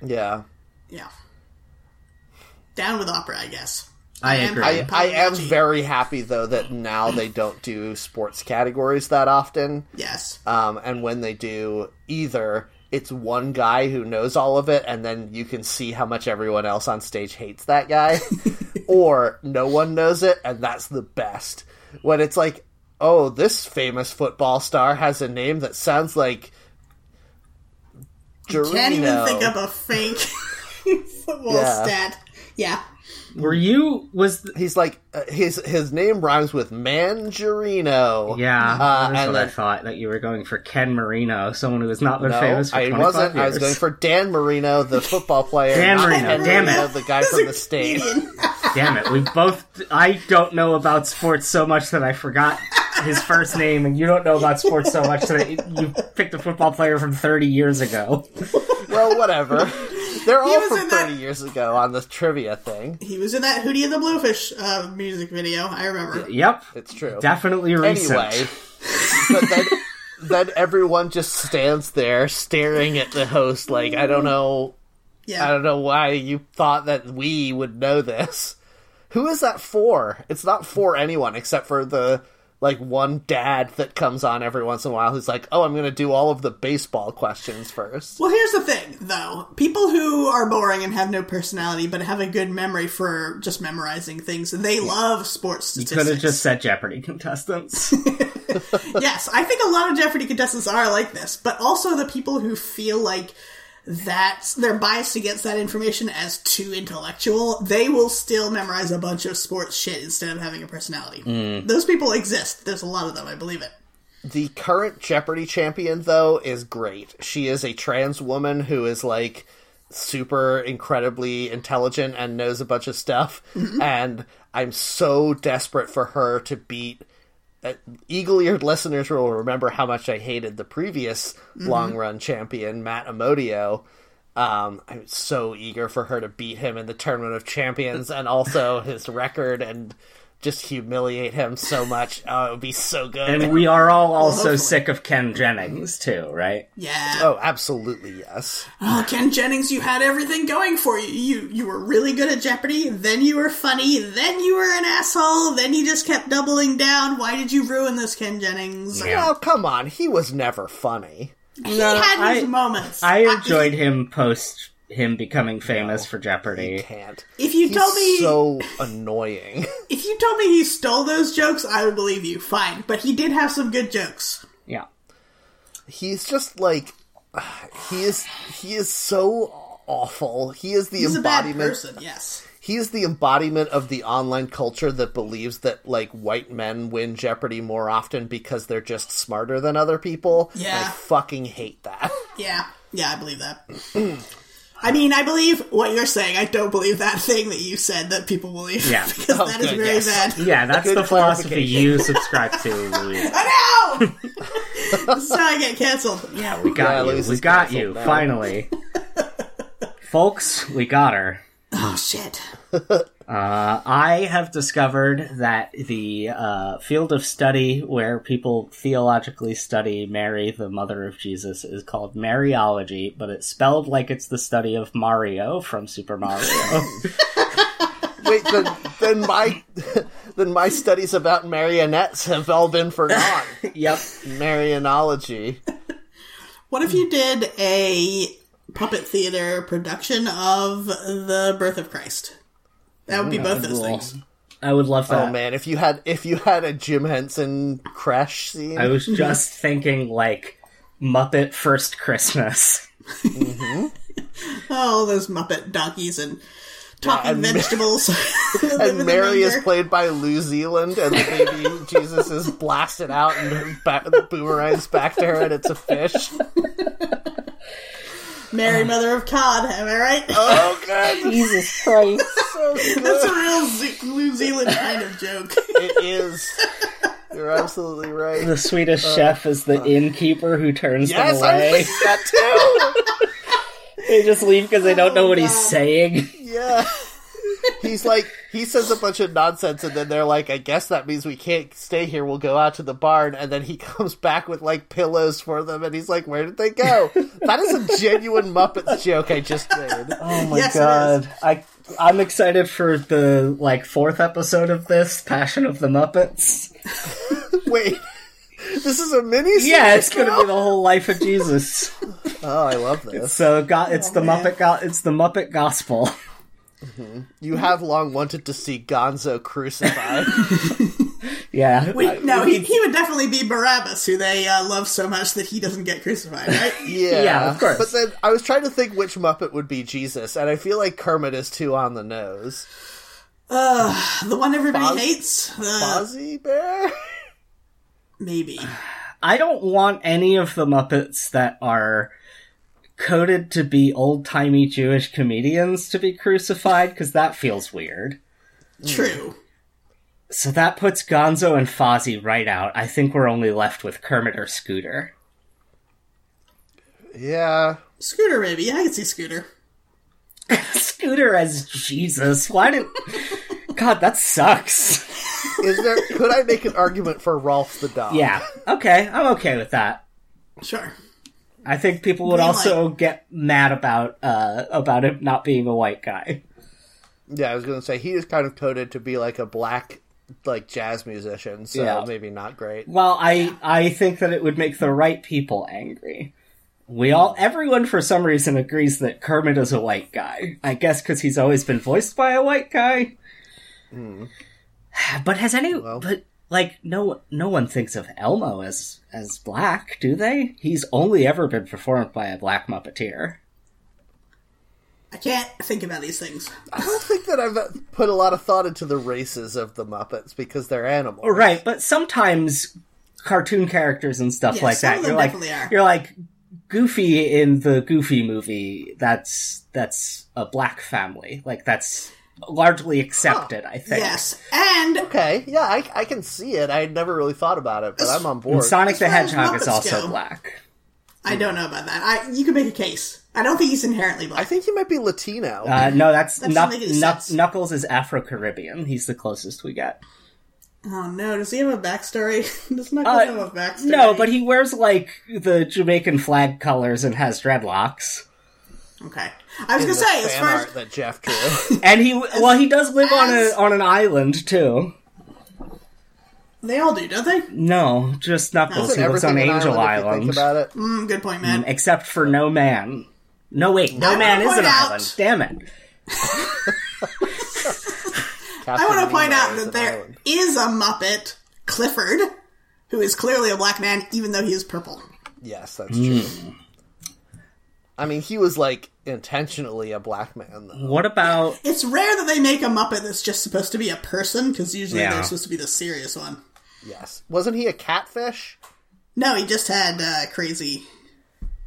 A: Yeah.
C: Yeah, down with opera, I guess.
B: I
C: am-
B: agree.
A: I, I am
C: Apology.
A: very happy though that now they don't do sports categories that often.
C: Yes,
A: Um, and when they do, either it's one guy who knows all of it, and then you can see how much everyone else on stage hates that guy, or no one knows it, and that's the best. When it's like, oh, this famous football star has a name that sounds like. Gerino.
C: can't even think of a fake football
A: Yeah.
C: stat. Yeah,
B: Were you was
A: He's like uh, his his name rhymes with Mangerino.
B: Yeah,
A: Uh,
B: that's
A: and
B: what I
A: then-
B: thought that you were going for Ken Marino, someone who has not been
A: No,
B: famous for
A: I
B: 25
A: wasn't.
B: years.
A: I was going for Dan Marino, the football player.
B: Dan
A: not
B: Marino,
A: Ken
B: damn it.
A: Marino, the guy
C: Those
A: from
C: are
A: the stage.
C: Canadian.
B: Damn it, we both. I don't know about sports so much that I forgot his first name, and you don't know about sports so much that you picked a football player from 30 years ago.
A: Well, whatever. They're all
C: was
A: from 30
C: in that-
A: years ago on this trivia thing.
C: he was in that Hootie and the Blowfish uh, music video. I remember.
B: Yep,
A: It's true.
B: definitely recent.
A: anyway, but then, then everyone just stands there staring at the host like, I don't know, I
C: Yeah,
A: don't know why you thought that we would know this. Who is that for? It's not for anyone except for the like one dad that comes on every once in a while who's like, "Oh, I'm going to do all of the baseball questions first.
C: Well, here's the thing, though. People who are boring and have no personality but have a good memory for just memorizing things, they love sports
B: You could have
C: statistics.
B: just said Jeopardy contestants.
C: yes, I think a lot of Jeopardy contestants are like this, but also the people who feel like that's they're biased against that information as too intellectual, they will still memorize a bunch of sports shit instead of having a personality. Those people exist. There's a lot of them, I believe it.
A: The current Jeopardy champion, though, is great. She is a trans woman who is like super incredibly intelligent and knows a bunch of stuff. And I'm so desperate for her to beat. Uh, Eagle eared listeners will remember how much I hated the previous long run champion, Matt Amodio. Um, I'm so eager for her to beat him in the Tournament of Champions and also his record and just humiliate him so much. Oh, it would be so good.
B: and we are all also
C: hopefully.
B: sick of Ken Jennings, too, right?
C: Yeah.
A: Oh, absolutely yes.
C: Oh, Ken Jennings, you had everything going for you. You you were really good at Jeopardy, then you were funny, then you were an asshole, then you just kept doubling down. Why did you ruin this, Ken Jennings?
A: Oh, come on. He was never funny.
C: he had his
B: I-
C: moments.
B: I
C: Uh,
B: enjoyed him post him becoming famous for Jeopardy.
A: Can't.
C: If you
A: He's
C: told me
A: so annoying.
C: if you told me he stole those jokes, I would believe you. Fine, but he did have some good jokes.
B: Yeah.
A: He's just like he is he is so awful. He is the
C: He's a bad
A: embodiment
C: person. Yes.
A: he is the embodiment of the online culture that believes that like white men win Jeopardy more often because they're just smarter than other people.
C: Yeah.
A: I fucking hate that.
C: Yeah. Yeah, I believe that. I mean, I believe what you're saying. I don't believe that thing that you said that people believe.
B: Yeah.
C: because
A: Oh,
C: that is
A: good,
C: very
A: yes.
C: bad.
B: Yeah, that's
A: Good
B: the philosophy
A: clarification.
B: you subscribe to, Louise.
C: I know. this is how I get canceled.
B: Yeah, we
A: Yeah,
B: got you.
A: Louise
B: We
A: is
B: got
A: canceled
B: you.
A: now.
B: Finally, folks, we got her.
C: Oh shit.
B: Uh, I have discovered that the uh, field of study where people theologically study Mary, the mother of Jesus, is called Mariology, but it's spelled like it's the study of Mario from Super Mario.
A: Oh. Wait, then, then my then my studies about marionettes have all been forgotten.
B: yep.
A: Marionology.
C: What if you did a puppet theater production of The Birth of Christ? That would be both those
B: cool.
C: things.
B: I would love that.
A: Oh man, if you had if you had a Jim Henson crash scene,
B: I was just thinking, like, Muppet First Christmas.
C: Oh, those Muppet donkeys and talking
A: and-
C: vegetables.
A: and Mary is played by Lou Zealand, and the baby Jesus is blasted out and back, boomerangs back to her, and it's a fish.
C: Mary, mother of God. Am I right?
A: Oh god,
B: Jesus Christ.
A: so good.
C: That's a real Ze- New Zealand kind of joke.
A: It is. You're absolutely right.
B: The Swedish
C: Uh,
B: chef is the innkeeper who turns
A: Yes,
B: them
A: I'm
B: away.
A: thinking that too.
B: they just leave because they don't know what he's
C: Oh God.
B: saying.
A: Yeah. He's like he says a bunch of nonsense and then they're like, I guess that means we can't stay here, we'll go out to the barn and then he comes back with like pillows for them and he's like, Where did they go? That is a genuine Muppets joke I just made.
B: Oh my
C: Yes, it
B: god. I I'm excited for the like fourth episode of this, Passion of the Muppets.
A: Wait. This is a mini
B: Yeah, it's gonna be the whole life of Jesus.
A: Oh, I love this.
B: So go- it's the
C: Oh, man.
B: Muppet go- it's the Muppet Gospel.
A: You have long wanted to see Gonzo crucified.
B: yeah.
C: We, no, he, he would definitely be Barabbas, who they uh, love so much that he doesn't get crucified, right?
A: Yeah,
B: Yeah, of course.
A: But then I was trying to think which Muppet would be Jesus, and I feel like Kermit is too on the nose.
C: the one everybody
A: Boz-
C: hates? Uh,
A: Fozzie Bear?
C: maybe.
B: I don't want any of the Muppets that are coded to be old timey Jewish comedians to be crucified, because that feels weird.
C: True.
B: So that puts Gonzo and Fozzie right out. I think we're only left with Kermit or Scooter.
A: Yeah.
C: Scooter, maybe. I can see Scooter.
B: Scooter as Jesus. Why did God, that sucks.
A: Is there could I make an argument for Rolf the dog?
B: Yeah. Okay, I'm okay with that.
C: Sure.
B: I think people would
C: Green
B: also get mad about uh about him not being a white guy.
A: Yeah, I was gonna say he is kind of coded to be like a black like jazz musician, so
B: Yeah.
A: maybe not great.
B: Well, I I think that it would make the right people angry. We all everyone for some reason agrees that Kermit is a white guy. I guess cuz he's always been voiced by a white guy. But has any but like no no one thinks of Elmo as as black, do they? He's only ever been performed by a black muppeteer.
C: I can't think about these things.
A: I don't think that I've put a lot of thought into the races of the Muppets because they're animals.
B: Oh, Right, but sometimes cartoon characters and stuff
C: Yeah,
B: like
C: some
B: that.
C: of
B: You're
C: them
B: like
C: definitely are.
B: you're like Goofy in the Goofy movie. That's that's a black family. Like that's largely accepted. I think.
C: Oh, Yes. And
A: Okay, yeah, I, I can see it. I had never really thought about it, but I'm on
B: And
A: board.
B: Sonic the
C: far as
B: Hedgehog is
C: Muppets
B: also
C: go.
B: black.
C: I don't know about that. I You can make a case. I don't think he's inherently
A: I
C: black.
A: think he might be Latino.
B: Uh, no, that's,
C: That doesn't
B: Knuck-
C: make any
B: Knuck-
C: sense.
B: Knuckles is Afro Caribbean. He's the closest we get.
C: Oh no, does he have a backstory? does not
B: Uh,
C: have a backstory.
B: No, but he wears like the Jamaican flag colors and has dreadlocks.
C: Okay. I was
A: in the
C: gonna say, as
A: fan
C: far as
A: art that Jeff drew.
B: And he well, he does live on a on an island too.
C: they all do, don't they?
B: No, just Knuckles.
A: Isn't
B: He lives on
A: everything an
B: Angel
A: island, if you
B: Island,
A: Think about it.
C: Mm, good point, man.
B: except for No Man. No, wait, No
C: I
B: Man
C: wanna
B: is an
C: point out-
B: island. Damn it!
A: Captain
C: I want to
A: Nemo
C: point out
A: is an
C: that there
A: island.
C: is a Muppet, Clifford, who is clearly a black man, even though he is purple.
A: Yes, that's true. I mean, he was like intentionally a black man, though.
B: What about
C: It's rare that they make a Muppet that's just supposed to be a person, because usually
B: Yeah.
C: they're supposed to be the serious one.
A: Yes, wasn't he a catfish?
C: No, he just had uh, crazy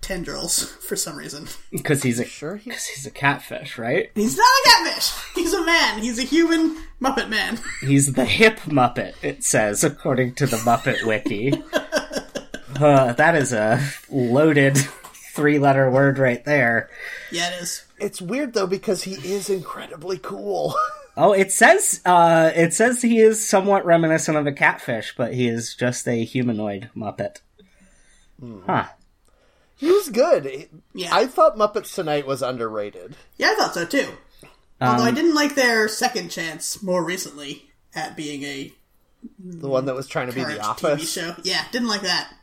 C: tendrils for some reason.
B: because he's a
A: Sure, he-
B: because he's a catfish, right?
C: He's not a catfish. He's a man. He's a human Muppet man.
B: He's the hip Muppet. It says according to the Muppet Wiki. Uh, that is a loaded three-letter word right there.
C: yeah, it is.
A: It's weird though because he is incredibly cool.
B: Oh, it says uh, it says he is somewhat reminiscent of a catfish, but he is just a humanoid Muppet.
A: Hmm.
B: Huh.
A: he was good.
C: Yeah.
A: I thought Muppets Tonight was underrated.
C: Yeah, I thought so too. Although
A: Um,
C: I didn't like their second chance more recently at being a
A: The one that was trying to be
C: current
A: The
C: TV
A: Office.
C: show. Yeah, didn't like that.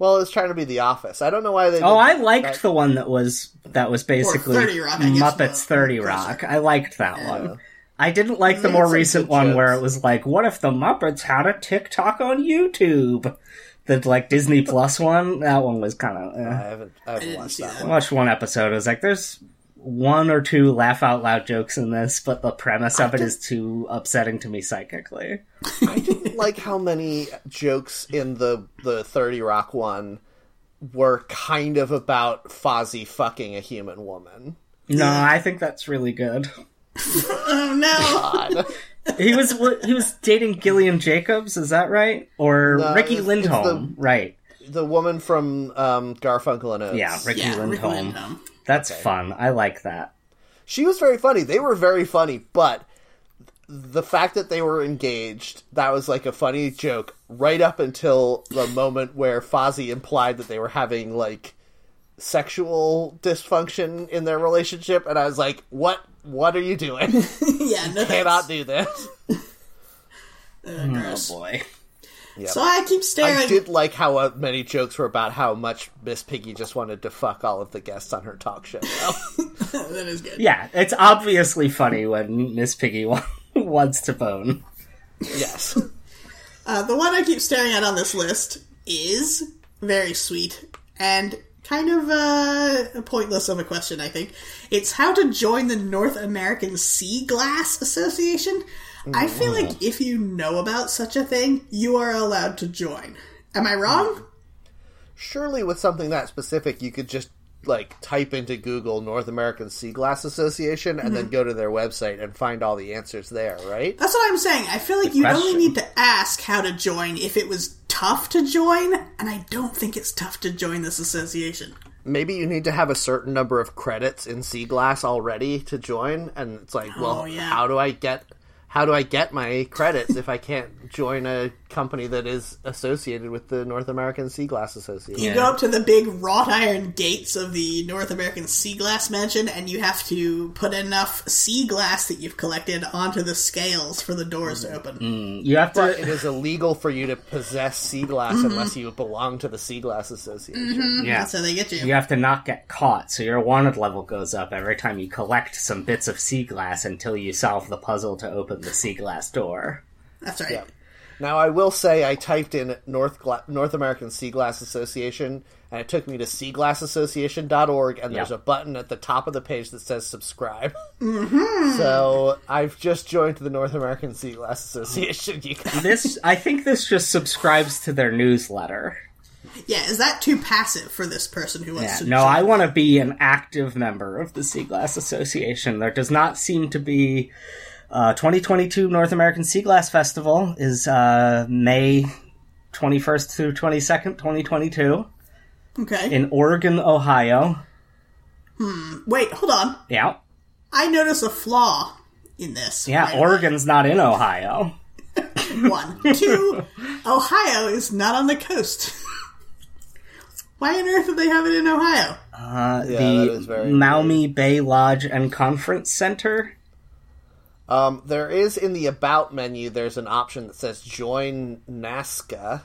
A: Well, it was trying to be The Office. I don't know why they.
B: Oh,
A: did-
B: I liked the one that was that was basically
C: 30 Rock, I guess,
B: Muppets
C: uh,
B: Thirty
C: closer.
B: Rock. I liked that one. I didn't like the more
A: some
B: recent
A: good
B: one where it
A: jokes.
B: was like, "What if the Muppets had a TikTok on YouTube?" The like Disney Plus one. That one was kind of.
A: I
B: Eh.
A: haven't. I haven't
C: didn't
A: watched
C: see
A: that
C: that.
B: I
A: one.
B: watched one episode. I was like, "There's one or two laugh out loud jokes in this, but the premise of it is too upsetting to me psychically."
A: I didn't like how many jokes in the the Thirty Rock one were kind of about Fozzie fucking a human woman.
B: No, I think that's really good.
C: Oh no!
A: God.
B: He was he was dating Gillian Jacobs, is that right? Or
A: No,
B: Ricky
A: it's- it's
B: Lindholm, right?
A: the woman from um, Garfunkel and Oates.
B: Yeah, Ricky
C: yeah, Rick
B: Lindholm.
C: Lindholm.
B: That's fun. I like that.
A: she was very funny. They were very funny, but the fact that they were engaged, that was like a funny joke right up until the moment where Fozzie implied that they were having like sexual dysfunction in their relationship and I was like, "What what are you doing? You
C: yeah, no. Uh,
A: cannot do this."
B: Oh boy.
C: So I keep staring.
A: I did like how uh, many jokes were about how much Miss Piggy just wanted to fuck all of the guests on her talk show.
C: that is good.
B: Yeah, it's obviously funny when Miss Piggy wa- wants to bone.
A: yes.
C: Uh, the one I keep staring at on this list is very sweet and kind of uh, pointless of a question, I think. It's how to join the North American Sea Glass Association. I feel like if you know about such a thing, you are allowed to join. Am I wrong?
A: surely with something that specific you could just like type into google north american sea glass association and
C: Mm-hmm.
A: then go to their website and find all the answers there right
C: That's what I'm saying. I feel like you'd only
B: question.
C: need to ask how to join if it was tough to join, and I don't think it's tough to join this association.
A: maybe you need to have a certain number of credits in sea glass already to join and it's like well
C: Oh, yeah.
A: how do i get how do i get my credits if i can't join a company that is associated with the north american sea glass association
C: You go up to the big wrought iron gates of the North American Sea Glass Mansion, and you have to put enough sea glass that you've collected onto the scales for the doors to open.
B: You have
A: But it
B: to.
A: is illegal for you to possess sea glass
C: Mm-hmm.
A: unless you belong to the sea glass association
B: Yeah.
C: That's how they get you.
B: You have to not get caught, so your wanted level goes up every time you collect some bits of sea glass until you solve the puzzle to open the sea glass door.
C: That's right.
A: Now I will say I typed in North Gla- North American Sea Glass Association and it took me to seaglassassociation.org and there's
B: Yep.
A: a button at the top of the page that says subscribe.
B: Mm-hmm.
A: So I've just joined the North American Sea Glass Association. You guys.
B: This, I think, this just subscribes to their newsletter.
C: Yeah, is that too passive for this person who wants
B: Yeah,
C: to?
B: no,
C: join?
B: I want to be an active member of the Sea Glass Association. There does not seem to be. Uh, 2022 North American Sea Glass Festival is uh, May 21st through 22nd, 2022,
C: Okay.
B: in Oregon, Ohio.
C: Wait, hold on.
B: Yeah,
C: I notice a flaw in this.
B: yeah.
C: Right
B: Oregon's not in Ohio.
C: away. One, two. Ohio is not on the coast. Why on earth would they have it in Ohio?
B: Uh,
A: that
B: the
A: is very
B: Maumee Bay Lodge and Conference Center.
A: Um, there is in the about menu there's an option that says join NASCA.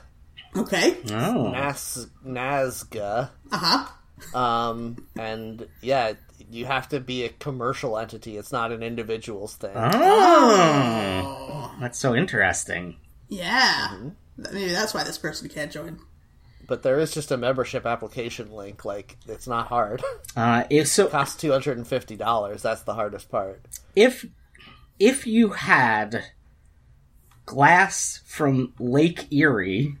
C: Okay.
B: Oh,
A: NAS- NASGA.
C: Uh huh.
A: Um, and yeah, you have to be a commercial entity. It's not an individual's thing.
B: Oh. that's so interesting.
C: Yeah.
B: Mm-hmm.
C: Th- Maybe that's why this person can't join.
A: but there is just a membership application link. Like it's not hard.
B: Uh, if so,
A: Costs two hundred and fifty dollars. That's the hardest part.
B: if if you had glass from Lake Erie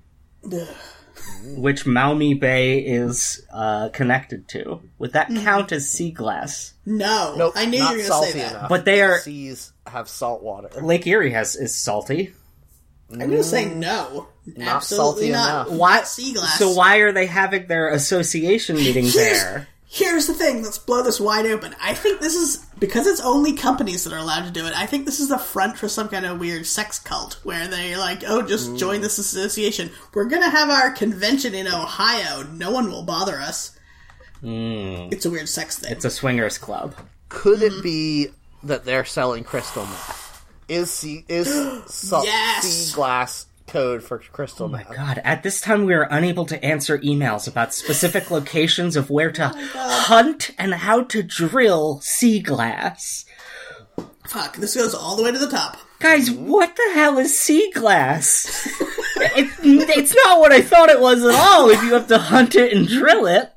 B: which Maumee Bay is uh, connected to. Would that count as sea glass?
C: No,
A: Nope,
C: I knew you
A: not
C: were going to
A: salty
C: say that.
A: enough.
B: But they are-
A: seas have salt water.
B: Lake Erie has is salty.
C: I'm going to say no. Absolutely
A: Mm. salty
C: not.
A: enough.
C: Why sea glass?
B: So why are they having their association meeting there?
C: Here's the thing. Let's blow this wide open. I think this is because it's only companies that are allowed to do it. I think this is the front for some kind of weird sex cult where they're like, "Oh,
A: Mm.
C: just join this association. We're gonna have our convention in Ohio. No one will bother us."
A: Mm.
C: It's a weird sex thing.
B: It's a swingers club.
A: Could it be that they're selling crystal meth? Is sea is salt
C: Yes!
A: sea glass code for crystal
B: Oh My
A: meth?
B: God! At this time, we are unable to answer emails about specific locations of where to hunt and how to drill sea glass.
C: Fuck. This goes all the way to the top.
B: Guys, what the hell is sea glass? it, it's not what I thought it was at all. If you have to hunt it and drill it,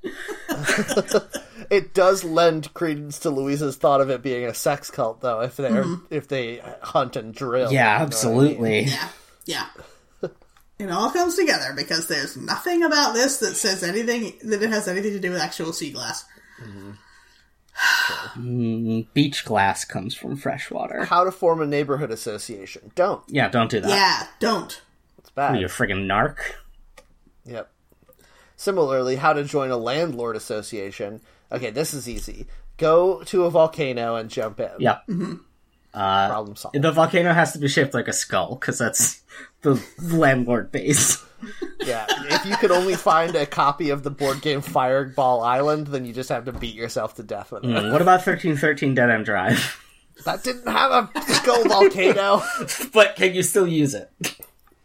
A: It does lend credence to Louise's thought of it being a sex cult, though. If they are
C: Mm-hmm.
A: if they hunt and drill,
B: yeah,
A: You know what I mean?
B: absolutely.
C: Yeah. Yeah. It all comes together because there's nothing about this that says anything that it has anything to do with actual sea glass.
B: Beach glass comes from freshwater.
A: How to form a neighborhood association? Don't.
B: Yeah, don't do that.
A: Uh,
C: Yeah, don't.
A: It's bad.
B: You friggin' narc.
A: Yep. Similarly, how to join a landlord association. Okay, this is easy. Go to a volcano and jump in.
B: Yeah.
A: Problem solved.
B: The volcano has to be shaped like a skull, because that's the landlord base.
A: Yeah, if you could only find a copy of the board game Fireball Island, then you just have to beat yourself to death with it.
B: what about 1313 Dead End Drive?
A: That didn't have a skull volcano.
B: but can you still use it?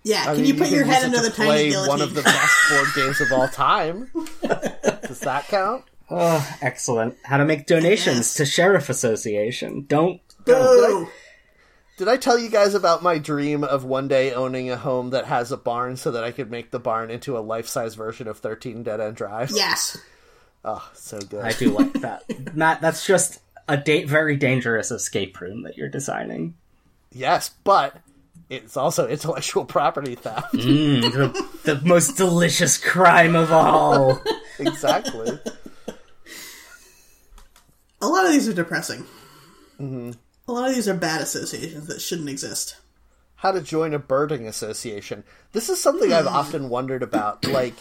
C: Yeah,
A: I
C: can
A: mean,
C: you put your
A: can
C: head
A: use it
C: under
A: to
C: the
A: play
C: tiny guillotine?
A: one of the best board games of all time. Does that count?
B: Oh, excellent. How to make donations to Sheriff Association. Don't.
C: Boo!
A: Did I tell you guys about my dream of one day owning a home that has a barn so that I could make the barn into a life-size version of 13 Dead End Drive?
C: Yes.
A: Oh, so good.
B: I do like that. Matt, that's just a da- very dangerous escape room that you're designing.
A: Yes, but it's also intellectual property theft.
B: the, the most delicious crime of all.
A: exactly.
C: A lot of these are depressing.
A: Mm-hmm.
C: A lot of these are bad associations that shouldn't exist.
A: how to join a birding association. This is something I've often wondered about. Like,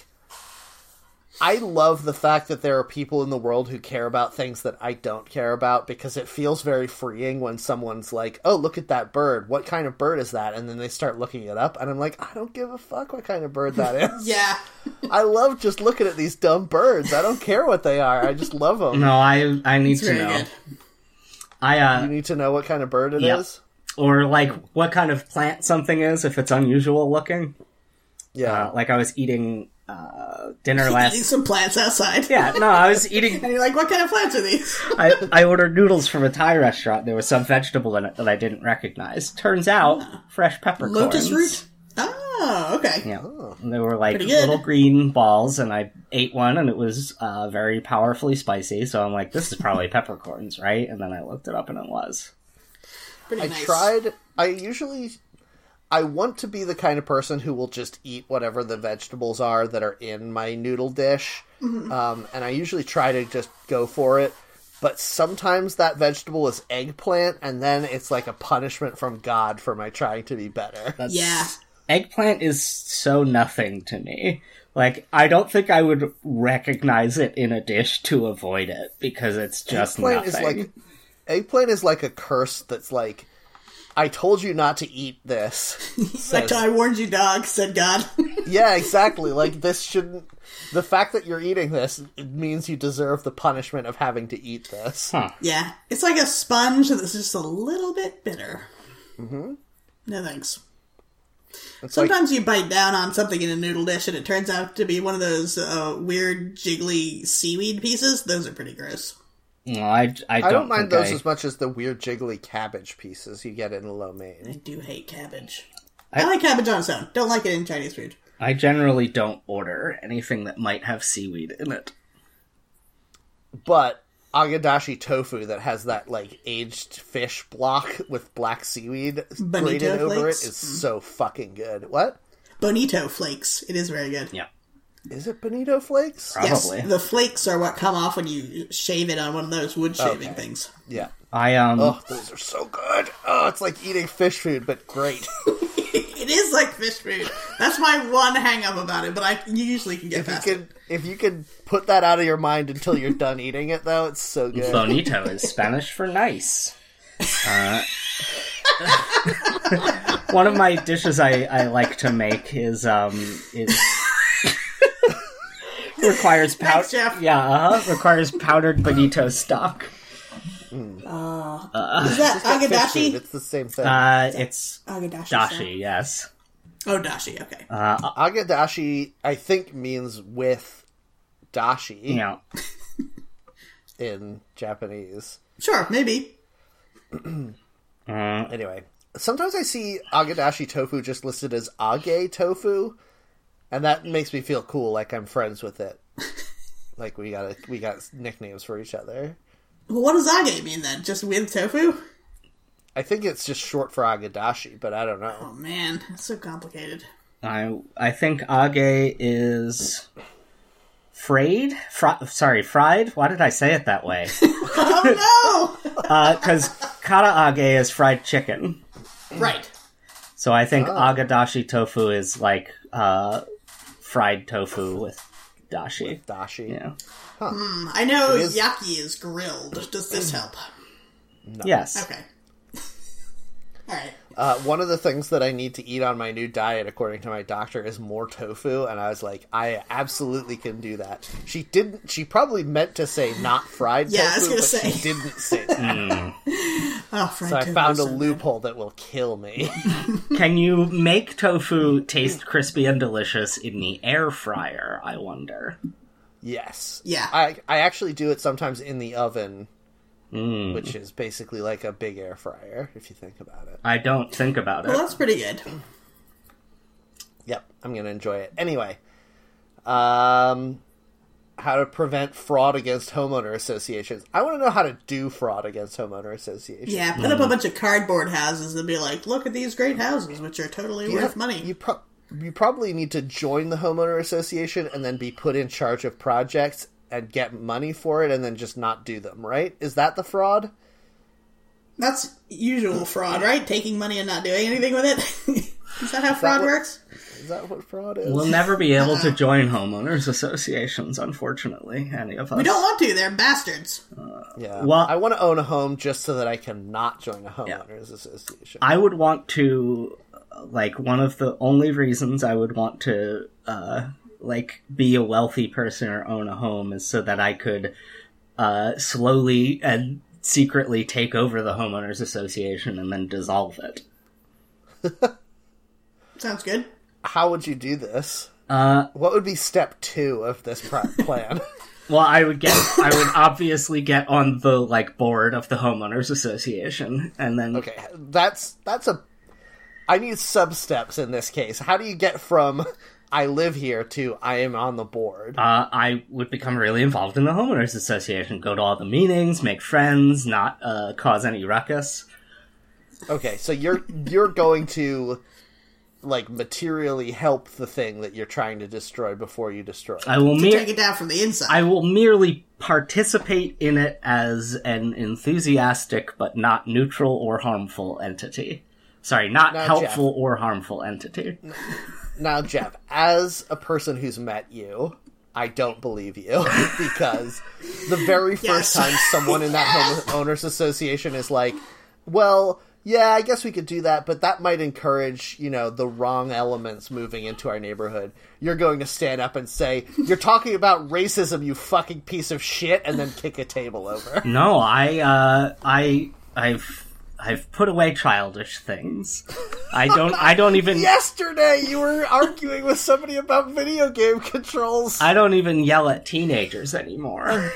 A: I love the fact that there are people in the world who care about things that I don't care about because it feels very freeing when someone's like, oh, look at that bird. What kind of bird is that? And then they start looking it up, and I'm like, I don't give a fuck what kind of bird that is.
C: Yeah.
A: I love just looking at these dumb birds. I don't care what they are. I just love them.
B: No, I I need to
C: very
B: know.
C: good.
B: I
A: You
B: uh
A: need to know what kind of bird it is.
B: Yep. or like what kind of plant something is if it's unusual looking.
A: Yeah.
B: Uh, like I was eating uh, dinner
C: Eating
B: last.
C: some plants outside.
B: Yeah, no, I was eating.
C: And you're like, what kind of plants are these?
B: I, I ordered noodles from a Thai restaurant. There was some vegetable in it that I didn't recognize. Turns out, fresh peppercorns.
C: Lotus root? Oh, okay.
B: Yeah, And they were like
C: Pretty good.
B: little green balls, and I ate one, and it was uh, very powerfully spicy. So I'm like, this is probably peppercorns, right? And then I looked it up, and it was.
C: Pretty
A: I
C: nice.
A: tried. I usually. I want to be the kind of person who will just eat whatever the vegetables are that are in my noodle dish.
B: Mm-hmm.
A: Um, and I usually try to just go for it. But sometimes that vegetable is eggplant, and then it's like a punishment from God for my trying to be better.
B: That's-
C: Yeah.
B: Eggplant is so nothing to me. Like, I don't think I would recognize it in a dish to avoid it because it's just
A: eggplant is
B: nothing.
A: like eggplant is like a curse that's like, I told you not to eat this.
C: Like, I warned you, dog, said God.
A: Yeah, exactly. Like this shouldn't. The fact that you're eating this it means you deserve the punishment of having to eat this.
B: Huh.
C: yeah. It's like a sponge that's just a little bit bitter. Mm-hmm. No thanks.
A: It's like,
C: Sometimes you bite down on something in a noodle dish and it turns out to be one of those uh, weird, jiggly seaweed pieces. Those are pretty gross.
B: No, I, I don't,
A: I don't mind
B: think
A: those
B: I-
A: as much as the weird jiggly cabbage pieces you get in lo mein.
C: I do hate cabbage. I, like cabbage on its own. Don't like it in Chinese food.
B: I generally don't order anything that might have seaweed in it.
A: But agadashi tofu that has that like aged fish block with black seaweed grated over it
C: flakes?
A: is so fucking good. What?
C: Bonito flakes. It is very good.
B: Yeah.
A: Is it Bonito Flakes?
B: Probably.
C: Yes, the flakes are what come off when you shave it on one of those wood shaving things.
A: Yeah.
B: I um
A: Oh, those are so good. Oh, it's like eating fish food, but great.
C: it is like fish food. That's my one hang up about it, but I you usually can get
A: if you
C: past
A: can, if you can put that out of your mind until you're done eating it, though, it's so good.
B: bonito is Spanish for nice. Uh, one of my dishes I, I like to make is um is requires powder.
C: Thanks, Jeff.
B: Yeah, uh-huh, requires powdered bonito stock.
C: it. Is that
A: Fish food,
C: agadashi?
A: it's the same thing.
B: Uh, it's
C: Agadashi. sorry.
B: dashi. Yes.
C: Oh, dashi. Okay.
A: Uh, Agadashi, I think, means with dashi
B: You know,
A: in Japanese.
C: sure, maybe.
A: Anyway, sometimes I see agadashi tofu just listed as age tofu, and that makes me feel cool, like I'm friends with it. like we got a, we got nicknames for each other.
C: Well, what does age mean then? Just with tofu?
A: I think it's just short for agadashi, but I don't know.
C: Oh man, that's so complicated.
B: I I think age is frayed. Fr- sorry, fried. Why did I say it that way?
C: Oh no!
B: Because kara age is fried chicken.
C: right.
B: So I think agadashi tofu is like uh, fried tofu with dashi.
A: Dashi.
B: Yeah.
C: Um, I know
A: is-
C: yaki is grilled. Does this help?
B: Yes.
C: Okay. All right.
A: Uh, one of the things that I need to eat on my new diet, according to my doctor, is more tofu, and I was like, I absolutely can do that. She didn't. She probably meant to say not fried
C: Yeah, I
A: tofu,
C: was gonna
A: but
C: say.
A: she didn't say that.
C: Oh, fried
A: so I
C: tofu
A: found a
C: is so good.
A: loophole that will kill me.
B: Can you make tofu taste crispy and delicious in the air fryer? I wonder.
A: yes.
C: Yeah.
A: I I actually do it sometimes in the oven, which is basically like a big air fryer if you think about it.
B: I don't think about
C: Well,
B: it.
C: that's pretty good.
A: Yep, I'm gonna enjoy it anyway. Um, how to prevent fraud against homeowner associations? I want to know how to do fraud against homeowner associations.
C: Yeah, put
A: Hmm.
C: up a bunch of cardboard houses and be like, look at these great houses, which are totally
A: You
C: worth
A: have-
C: money.
A: You pro- you probably need to join the homeowner association and then be put in charge of projects and get money for it, and then just not do them. Right? Is that the fraud?
C: That's
A: Hmm.
C: usual fraud, right? Taking money and not doing anything with it. Is that how fraud
A: what-
C: works?
A: Is that what fraud is?
B: We'll never be able to join homeowners associations, unfortunately. Any of us.
C: We don't want to. They're bastards.
A: yeah.
B: well-
A: I want to own a home just so that I can not join a homeowners association.
B: I would want to, like, one of the only reasons I would want to, uh, like, be a wealthy person or own a home is so that I could, uh, slowly and secretly take over the homeowners association and then dissolve it.
C: Sounds good.
A: How would you do this? Uh, what would be step two of this pro- plan?
B: Well, I would get, I would obviously get on the, like, board of the homeowners association and then
A: Okay, that's that's a. I need sub steps in this case. How do you get from I live here to I am on the board?
B: uh, I would become really involved in the homeowners association, go to all the meetings, make friends, not uh, cause any ruckus.
A: Okay, so you're you're going to like materially help the thing that you're trying to destroy before you destroy. it.
B: I will
C: Take
B: mere-
C: it down from the inside.
B: I will merely participate in it as an enthusiastic but not neutral or harmful entity. Sorry, not
A: Now,
B: helpful or harmful entity.
A: Now, Jeff, as a person who's met you, I don't believe you because the very
C: Yes.
A: first time someone in that homeowners association is like, "Well, yeah, I guess we could do that, but that might encourage, you know, the wrong elements moving into our neighborhood." You're going to stand up and say, "You're talking about racism, you fucking piece of shit," and then kick a table over.
B: No, I, uh, I, I've, I've put away childish things. I don't, I don't even,
A: Yesterday, you were arguing with somebody about video game controls.
B: I don't even yell at teenagers anymore.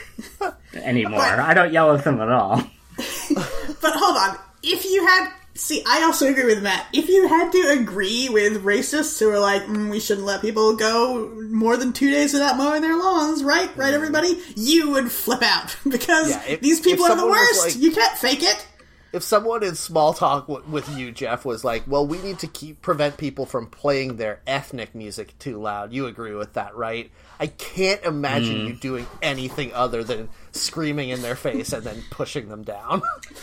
B: anymore. I don't yell at them at all.
C: But hold on. If you had. See, I also agree with Matt. If you had to agree with racists who are like, mm, we shouldn't let people go more than two days without mowing their lawns, right? Right, everybody? You would flip out because
A: Mm. Yeah, if-
C: these people
A: if
C: are the
A: someone was
C: worst.
A: like-
C: you can't fake it.
A: if someone in small talk w- with you, Jeff, was like, "Well, we need to keep prevent people from playing their ethnic music too loud," you agree with that, right? I can't imagine
B: Mm.
A: you doing anything other than screaming in their face and then pushing them down.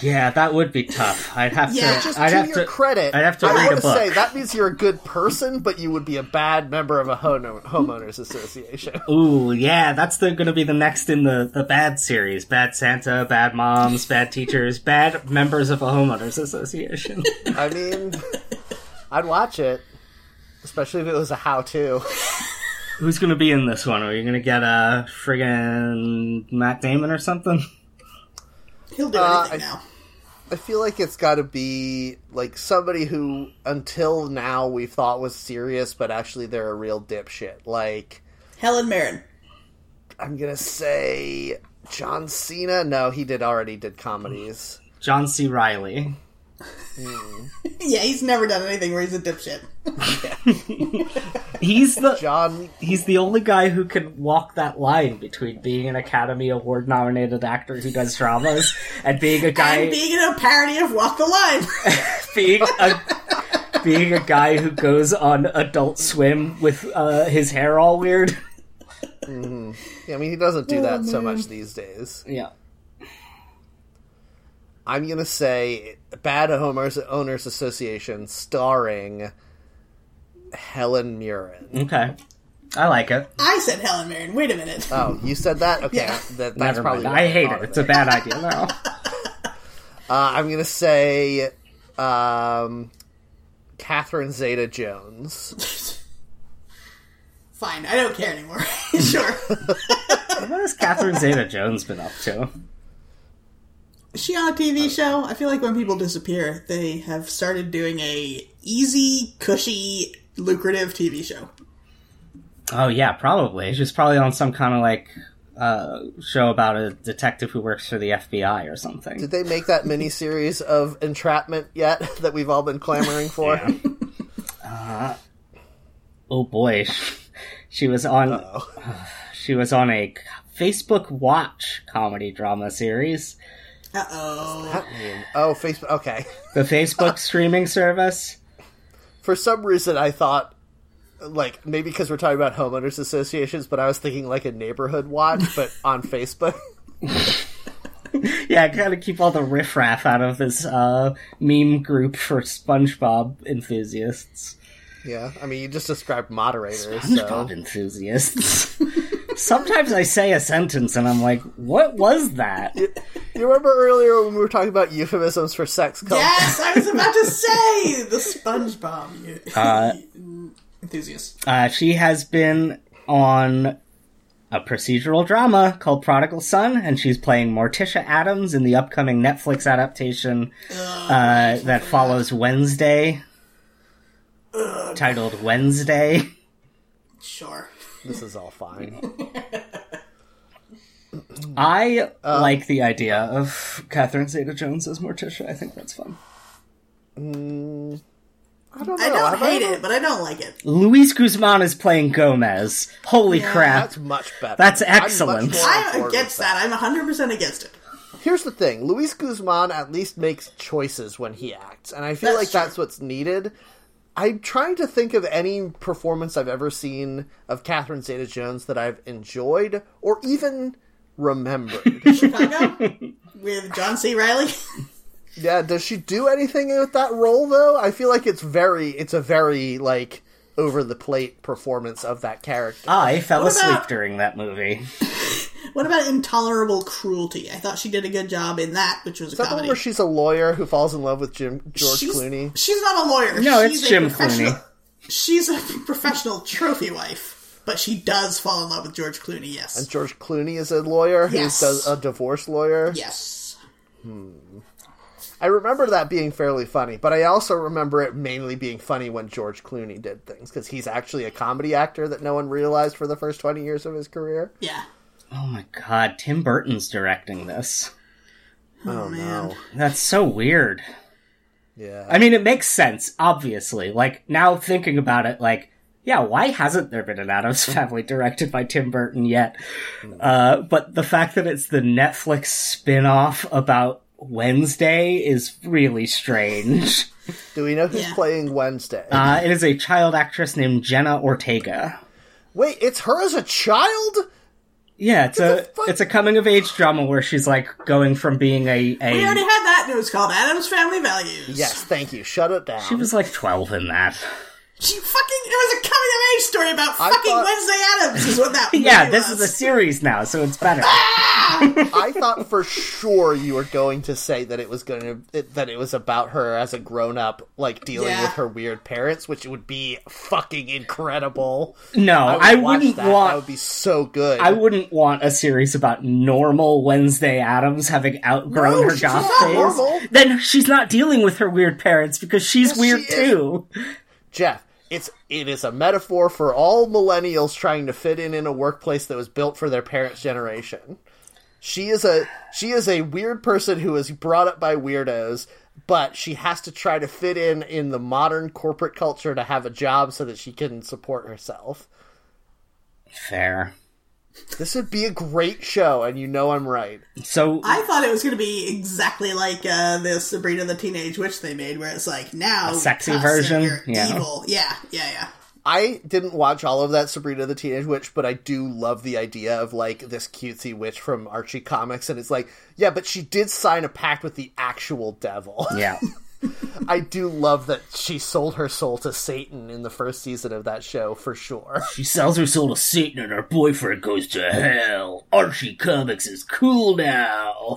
B: Yeah, that would be tough. I'd have
C: Yeah,
B: to.
C: just
B: I'd
A: to
B: have
A: your
B: to.
A: credit,
B: I'd have to
A: I
B: read
A: wanna
B: a book.
A: say that means you're a good person, but you would be a bad member of a hono- homeowners association.
B: Ooh, yeah, that's the, gonna be the next in the, the bad series. Bad Santa, bad moms, bad teachers, bad members of a homeowners association.
A: I mean, I'd watch it, especially if it was a how-to.
B: Who's gonna be in this one? Are you gonna get a friggin' Matt Damon or something?
C: He'll do
A: Uh,
C: anything
A: I-
C: now.
A: I feel like it's got to be like somebody who, until now, we thought was serious, but actually they're a real dipshit. Like
C: Helen Mirren.
A: I'm gonna say John Cena. No, he did already did comedies.
B: John C. Riley.
C: Yeah, he's never done anything where he's a dipshit.
B: He's the
A: John,
B: he's the only guy who can walk that line between being an Academy Award nominated actor who does dramas and being a guy
C: and being in a parody of Walk the Line.
B: being a being a guy who goes on Adult Swim with uh, his hair all weird.
A: I mean, he doesn't do that so much these days.
B: Yeah.
A: I'm gonna say Bad Homeowners Owners Association, starring Helen Mirren.
B: Okay. I like it.
C: I said Helen Mirren. Wait a minute.
A: Oh, you said that? Okay,
C: Yeah.
A: that, that's
B: Never
A: probably.
B: mind.
A: what
B: I hate
A: thought
B: it.
A: of
B: It's a bad idea now.
A: Uh, I'm gonna say, um, Catherine Zeta-Jones.
C: Fine, I don't care anymore. sure.
B: What has Catherine Zeta Jones been up to?
C: Is she on a
A: Uh,
C: TV show? I feel like when people disappear, they have started doing a easy, cushy, lucrative TV show.
B: Oh yeah, probably. She's probably on some kind of like uh, show about a detective who works for the FBI or something.
A: Did they make that miniseries of Entrapment yet that we've all been clamoring for?
B: oh boy, she was on. She was on a Facebook Watch comedy drama series.
C: Uh oh.
A: I mean, oh, Facebook. Okay.
B: The Facebook streaming service.
A: For some reason, I thought, like, maybe because we're talking about homeowners associations, but I was thinking like a neighborhood watch, but on Facebook.
B: Yeah, I gotta keep all the riffraff out of this uh, meme group for SpongeBob enthusiasts.
A: Yeah, I mean, you just described moderators.
B: SpongeBob
A: So.
B: enthusiasts. Sometimes I say a sentence and I'm like, what was that?
A: You remember earlier when we were talking about euphemisms for sex culture?
C: Yes, I was about to say the SpongeBob you- enthusiast.
B: Uh, she has been on a procedural drama called Prodigal Son, and she's playing Morticia Adams in the upcoming Netflix adaptation uh, that follows Wednesday, titled Wednesday.
C: Sure.
A: This is all fine.
B: I
A: Uh.
B: like the idea of Catherine Zeta Jones as Morticia. I think that's fun.
A: I don't know.
C: I
A: have
C: don't hate
A: ever-
C: it, but I don't like it.
B: Luis Guzman is playing Gomez. Holy crap.
A: That's much better.
B: That's
A: I'm much
B: excellent.
A: more on
C: I'm
A: board
C: against
A: with
C: that. I'm 100% against it.
A: Here's the thing: Luis Guzman at least makes choices when he acts, and I feel
C: That's
A: like
C: true.
A: that's what's needed. I'm trying to think of any performance I've ever seen of Catherine Zeta-Jones that I've enjoyed or even remembered.
C: Chicago with John C. Riley.
A: yeah, does she do anything with that role though? I feel like it's very, it's a very like over the plate performance of that character.
B: I fell
C: What about-
B: asleep during that movie.
C: What about intolerable cruelty? I thought she did a good job in that, which was a
A: Is that the one
C: comedy.
A: where she's a lawyer who falls in love with Jim George
C: she's,
A: Clooney?
C: she's not a lawyer.
B: No,
C: she's
B: it's
C: a
B: Jim
C: professional-
B: Clooney.
C: She's a professional trophy wife, but she does fall in love with George Clooney. Yes,
A: George Clooney is a lawyer
C: Yes.
A: who's a divorce lawyer.
C: yes.
A: I remember that being fairly funny, but I also remember it mainly being funny when George Clooney did things because he's actually a comedy actor that no one realized for the first 20 years of his career.
C: Yeah.
B: Oh my god, Tim Burton's directing this.
C: Oh, man.
B: That's so weird.
A: Yeah.
B: I mean, it makes sense, obviously. Like, now thinking about it, like, yeah, why hasn't there been an Adams Family directed by Tim Burton yet? Uh, but the fact that it's the Netflix spin off about Wednesday is really strange.
A: Do we know who's
C: Yeah.
A: playing Wednesday?
B: Uh, it is a child actress named Jenna Ortega.
A: Wait, it's her as a child?
B: Yeah, it's
A: What the
B: a
A: fuck?
B: it's a coming of age drama where she's like going from being a,
C: We already
B: a
C: had that, and it was called Adam's Family Values.
A: Yes, thank you. Shut it down.
B: she was like twelve in that.
C: She fucking. It was a coming of age story about
A: I
C: fucking
A: thought-
C: Wednesday Adams, is what that
B: Yeah,
C: movie
B: this is
C: was.
B: a series now, so it's better.
A: I thought for sure you were going to say that it was going to it, that it was about her as a grown up, like dealing
C: Yeah.
A: with her weird parents, which would be fucking incredible.
B: No, I,
A: watch
B: wouldn't
A: that.
B: want
A: That would be so good.
B: I wouldn't want a series about normal Wednesday Adams having outgrown
A: No,
B: her
A: she's
B: goth
A: not
B: phase.
A: normal.
B: Then she's not dealing with her weird parents because she's
A: Yes,
B: weird
A: she is.
B: too.
A: Jeff, it's it is a metaphor for all millennials trying to fit in in a workplace that was built for their parents' generation. She is a she is a weird person who is brought up by weirdos, but she has to try to fit in in the modern corporate culture to have a job so that she can support herself.
B: Fair.
A: This would be a great show, and you know I'm right.
B: So
C: I thought it was going to be exactly like uh, the Sabrina the Teenage Witch they made, where it's like now
B: sexy
C: cuss and
B: version?
C: you're
B: Yeah.
C: evil. Yeah, yeah, yeah.
A: I didn't watch all of that Sabrina the Teenage Witch, but I do love the idea of like this cutesy witch from Archie Comics, and it's like, yeah, but she did sign a pact with the actual devil.
B: yeah.
A: I do love that she sold her soul to Satan in the first season of that show for sure.
B: She sells her soul to Satan and her boyfriend goes to hell. Archie Comics is cool now.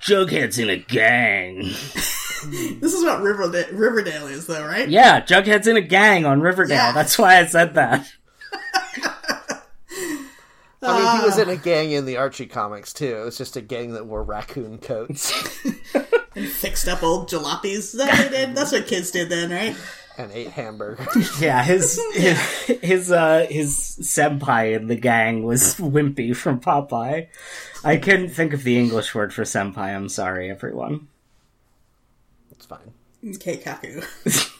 B: Jughead's in a gang.
C: This is what Riverdale, Riverdale is, though, right?
B: Yeah, Jughead's in a gang on Riverdale.
C: Yeah.
B: That's why I said that.
A: I mean, he was in a gang in the Archie Comics too. It was just a gang that wore raccoon coats
C: Fixed up old jalopies. Is that what they did? That's what kids did then, right?
A: and ate hamburgers.
B: Yeah, his his his, uh, his senpai in the gang was Wimpy from Popeye. I couldn't think of the English word for senpai. I'm sorry, everyone.
A: It's fine.
C: Okay, Kaku.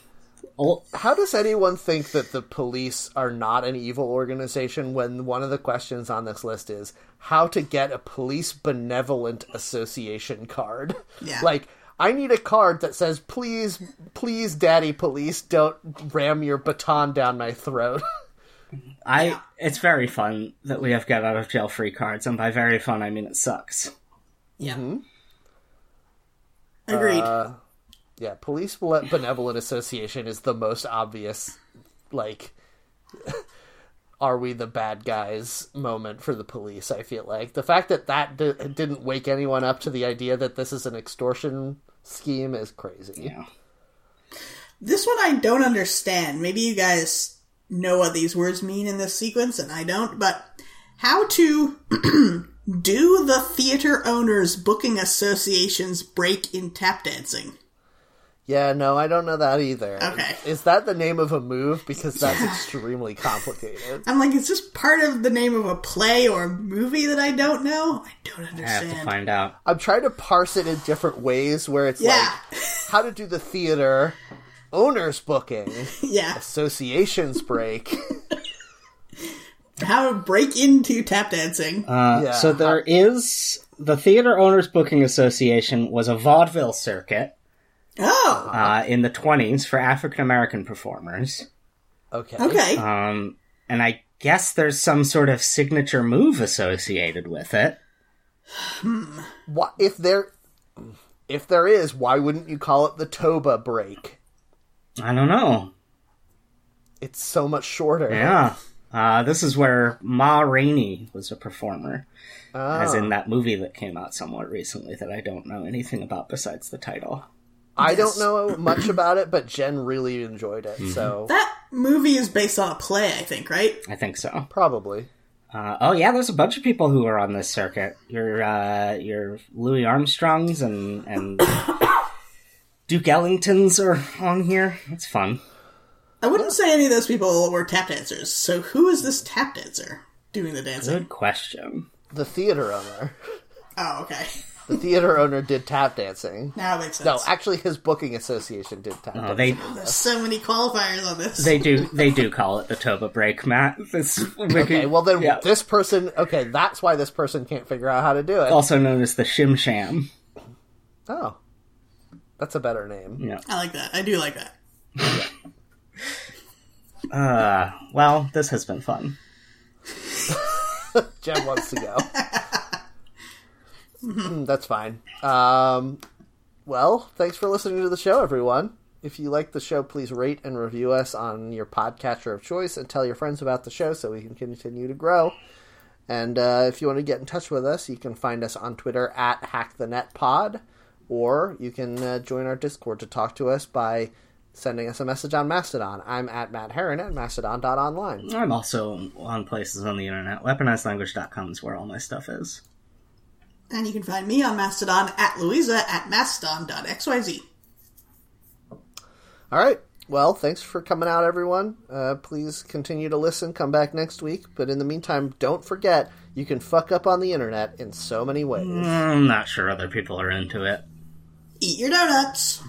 B: Oh,
A: How does anyone think that the police are not an evil organization when one of the questions on this list is how to get a police benevolent association card?
C: Yeah.
A: Like, I need a card that says, please, please, daddy police, don't ram your baton down my throat.
B: I it's very fun that we have get out of jail free cards, and by very fun I mean it sucks.
C: Yeah.
B: Mm-hmm.
C: Agreed.
B: Uh,
A: yeah, Police Bele- Benevolent Association is the most obvious, like, are we the bad guys moment for the police, I feel like. The fact that that d- didn't wake anyone up to the idea that this is an extortion scheme is crazy.
B: Yeah.
C: This one I don't understand. Maybe you guys know what these words mean in this sequence, and I don't, but how to do the theater owners booking associations break in tap dancing?
A: Yeah, no, I don't know that either.
C: Okay.
A: Is that the name of a move? Because that's extremely complicated.
C: I'm like, is this part of the name of a play or a movie that I don't know? I don't
B: I have
C: understand.
B: to find out.
A: I'm trying to parse it in different ways where it's
C: yeah,
A: like how to do the theater, owner's booking,
C: yeah.
A: associations break.
C: How to break into tap dancing?
B: Uh,
A: Yeah.
B: So there is the Theater Owners Booking Association was a vaudeville circuit
C: oh,
B: uh, in the twenties for African American performers,
A: Okay.
C: okay.
B: um, and I guess there's some sort of signature move associated with it.
A: Why, if there, if there is, why wouldn't you call it the Toba break?
B: I don't know.
A: It's so much shorter.
B: Yeah. Uh, this is where Ma Rainey was a performer,
A: Oh.
B: as in that movie that came out somewhat recently that I don't know anything about besides the title.
A: I
C: Yes.
A: don't know much about it, but Jen really enjoyed it,
B: Mm-hmm.
A: so
C: That movie is based on a play, I think, right?
B: I think so.
A: probably.
B: Uh, oh yeah, there's a bunch of people who are on this circuit. Your uh, your Louis Armstrongs and and Duke Ellingtons are on here. It's fun.
C: I wouldn't say any of those people were tap dancers. So who is this tap dancer doing the dancing?
B: Good question.
A: The theater owner.
C: Oh, okay.
A: The theater owner did tap dancing.
C: Now it makes sense.
A: No, actually, his booking association did tap
B: Oh,
A: dancing.
B: they
C: There's so many qualifiers on this.
B: they do they do call it the Toba break, Matt. This
A: Okay, well then
B: Yeah.
A: this person. Okay, that's why this person can't figure out how to do it.
B: also known as the Shim Sham.
A: Oh, that's a better name.
B: Yeah.
C: I like that. I do like that.
B: Uh, well, this has been fun.
A: Jen wants to go. Mm, That's fine. Um, well, thanks for listening to the show, everyone. If you like the show, please rate and review us on your podcatcher of choice and tell your friends about the show so we can continue to grow. And uh, if you want to get in touch with us, you can find us on Twitter at HackTheNetPod, or you can uh, join our Discord to talk to us by sending us a message on Mastodon. I'm at Matt Heron at mastodon.online.
B: I'm also on places on the internet. Weaponizedlanguage.com is where all my stuff is.
C: And you can find me on Mastodon at Louisa at mastodon.xyz.
A: All right. Well, thanks for coming out, everyone. Uh, please continue to listen. Come back next week. But in the meantime, don't forget you can fuck up on the internet in so many ways.
B: I'm not sure other people are into it.
C: Eat your donuts.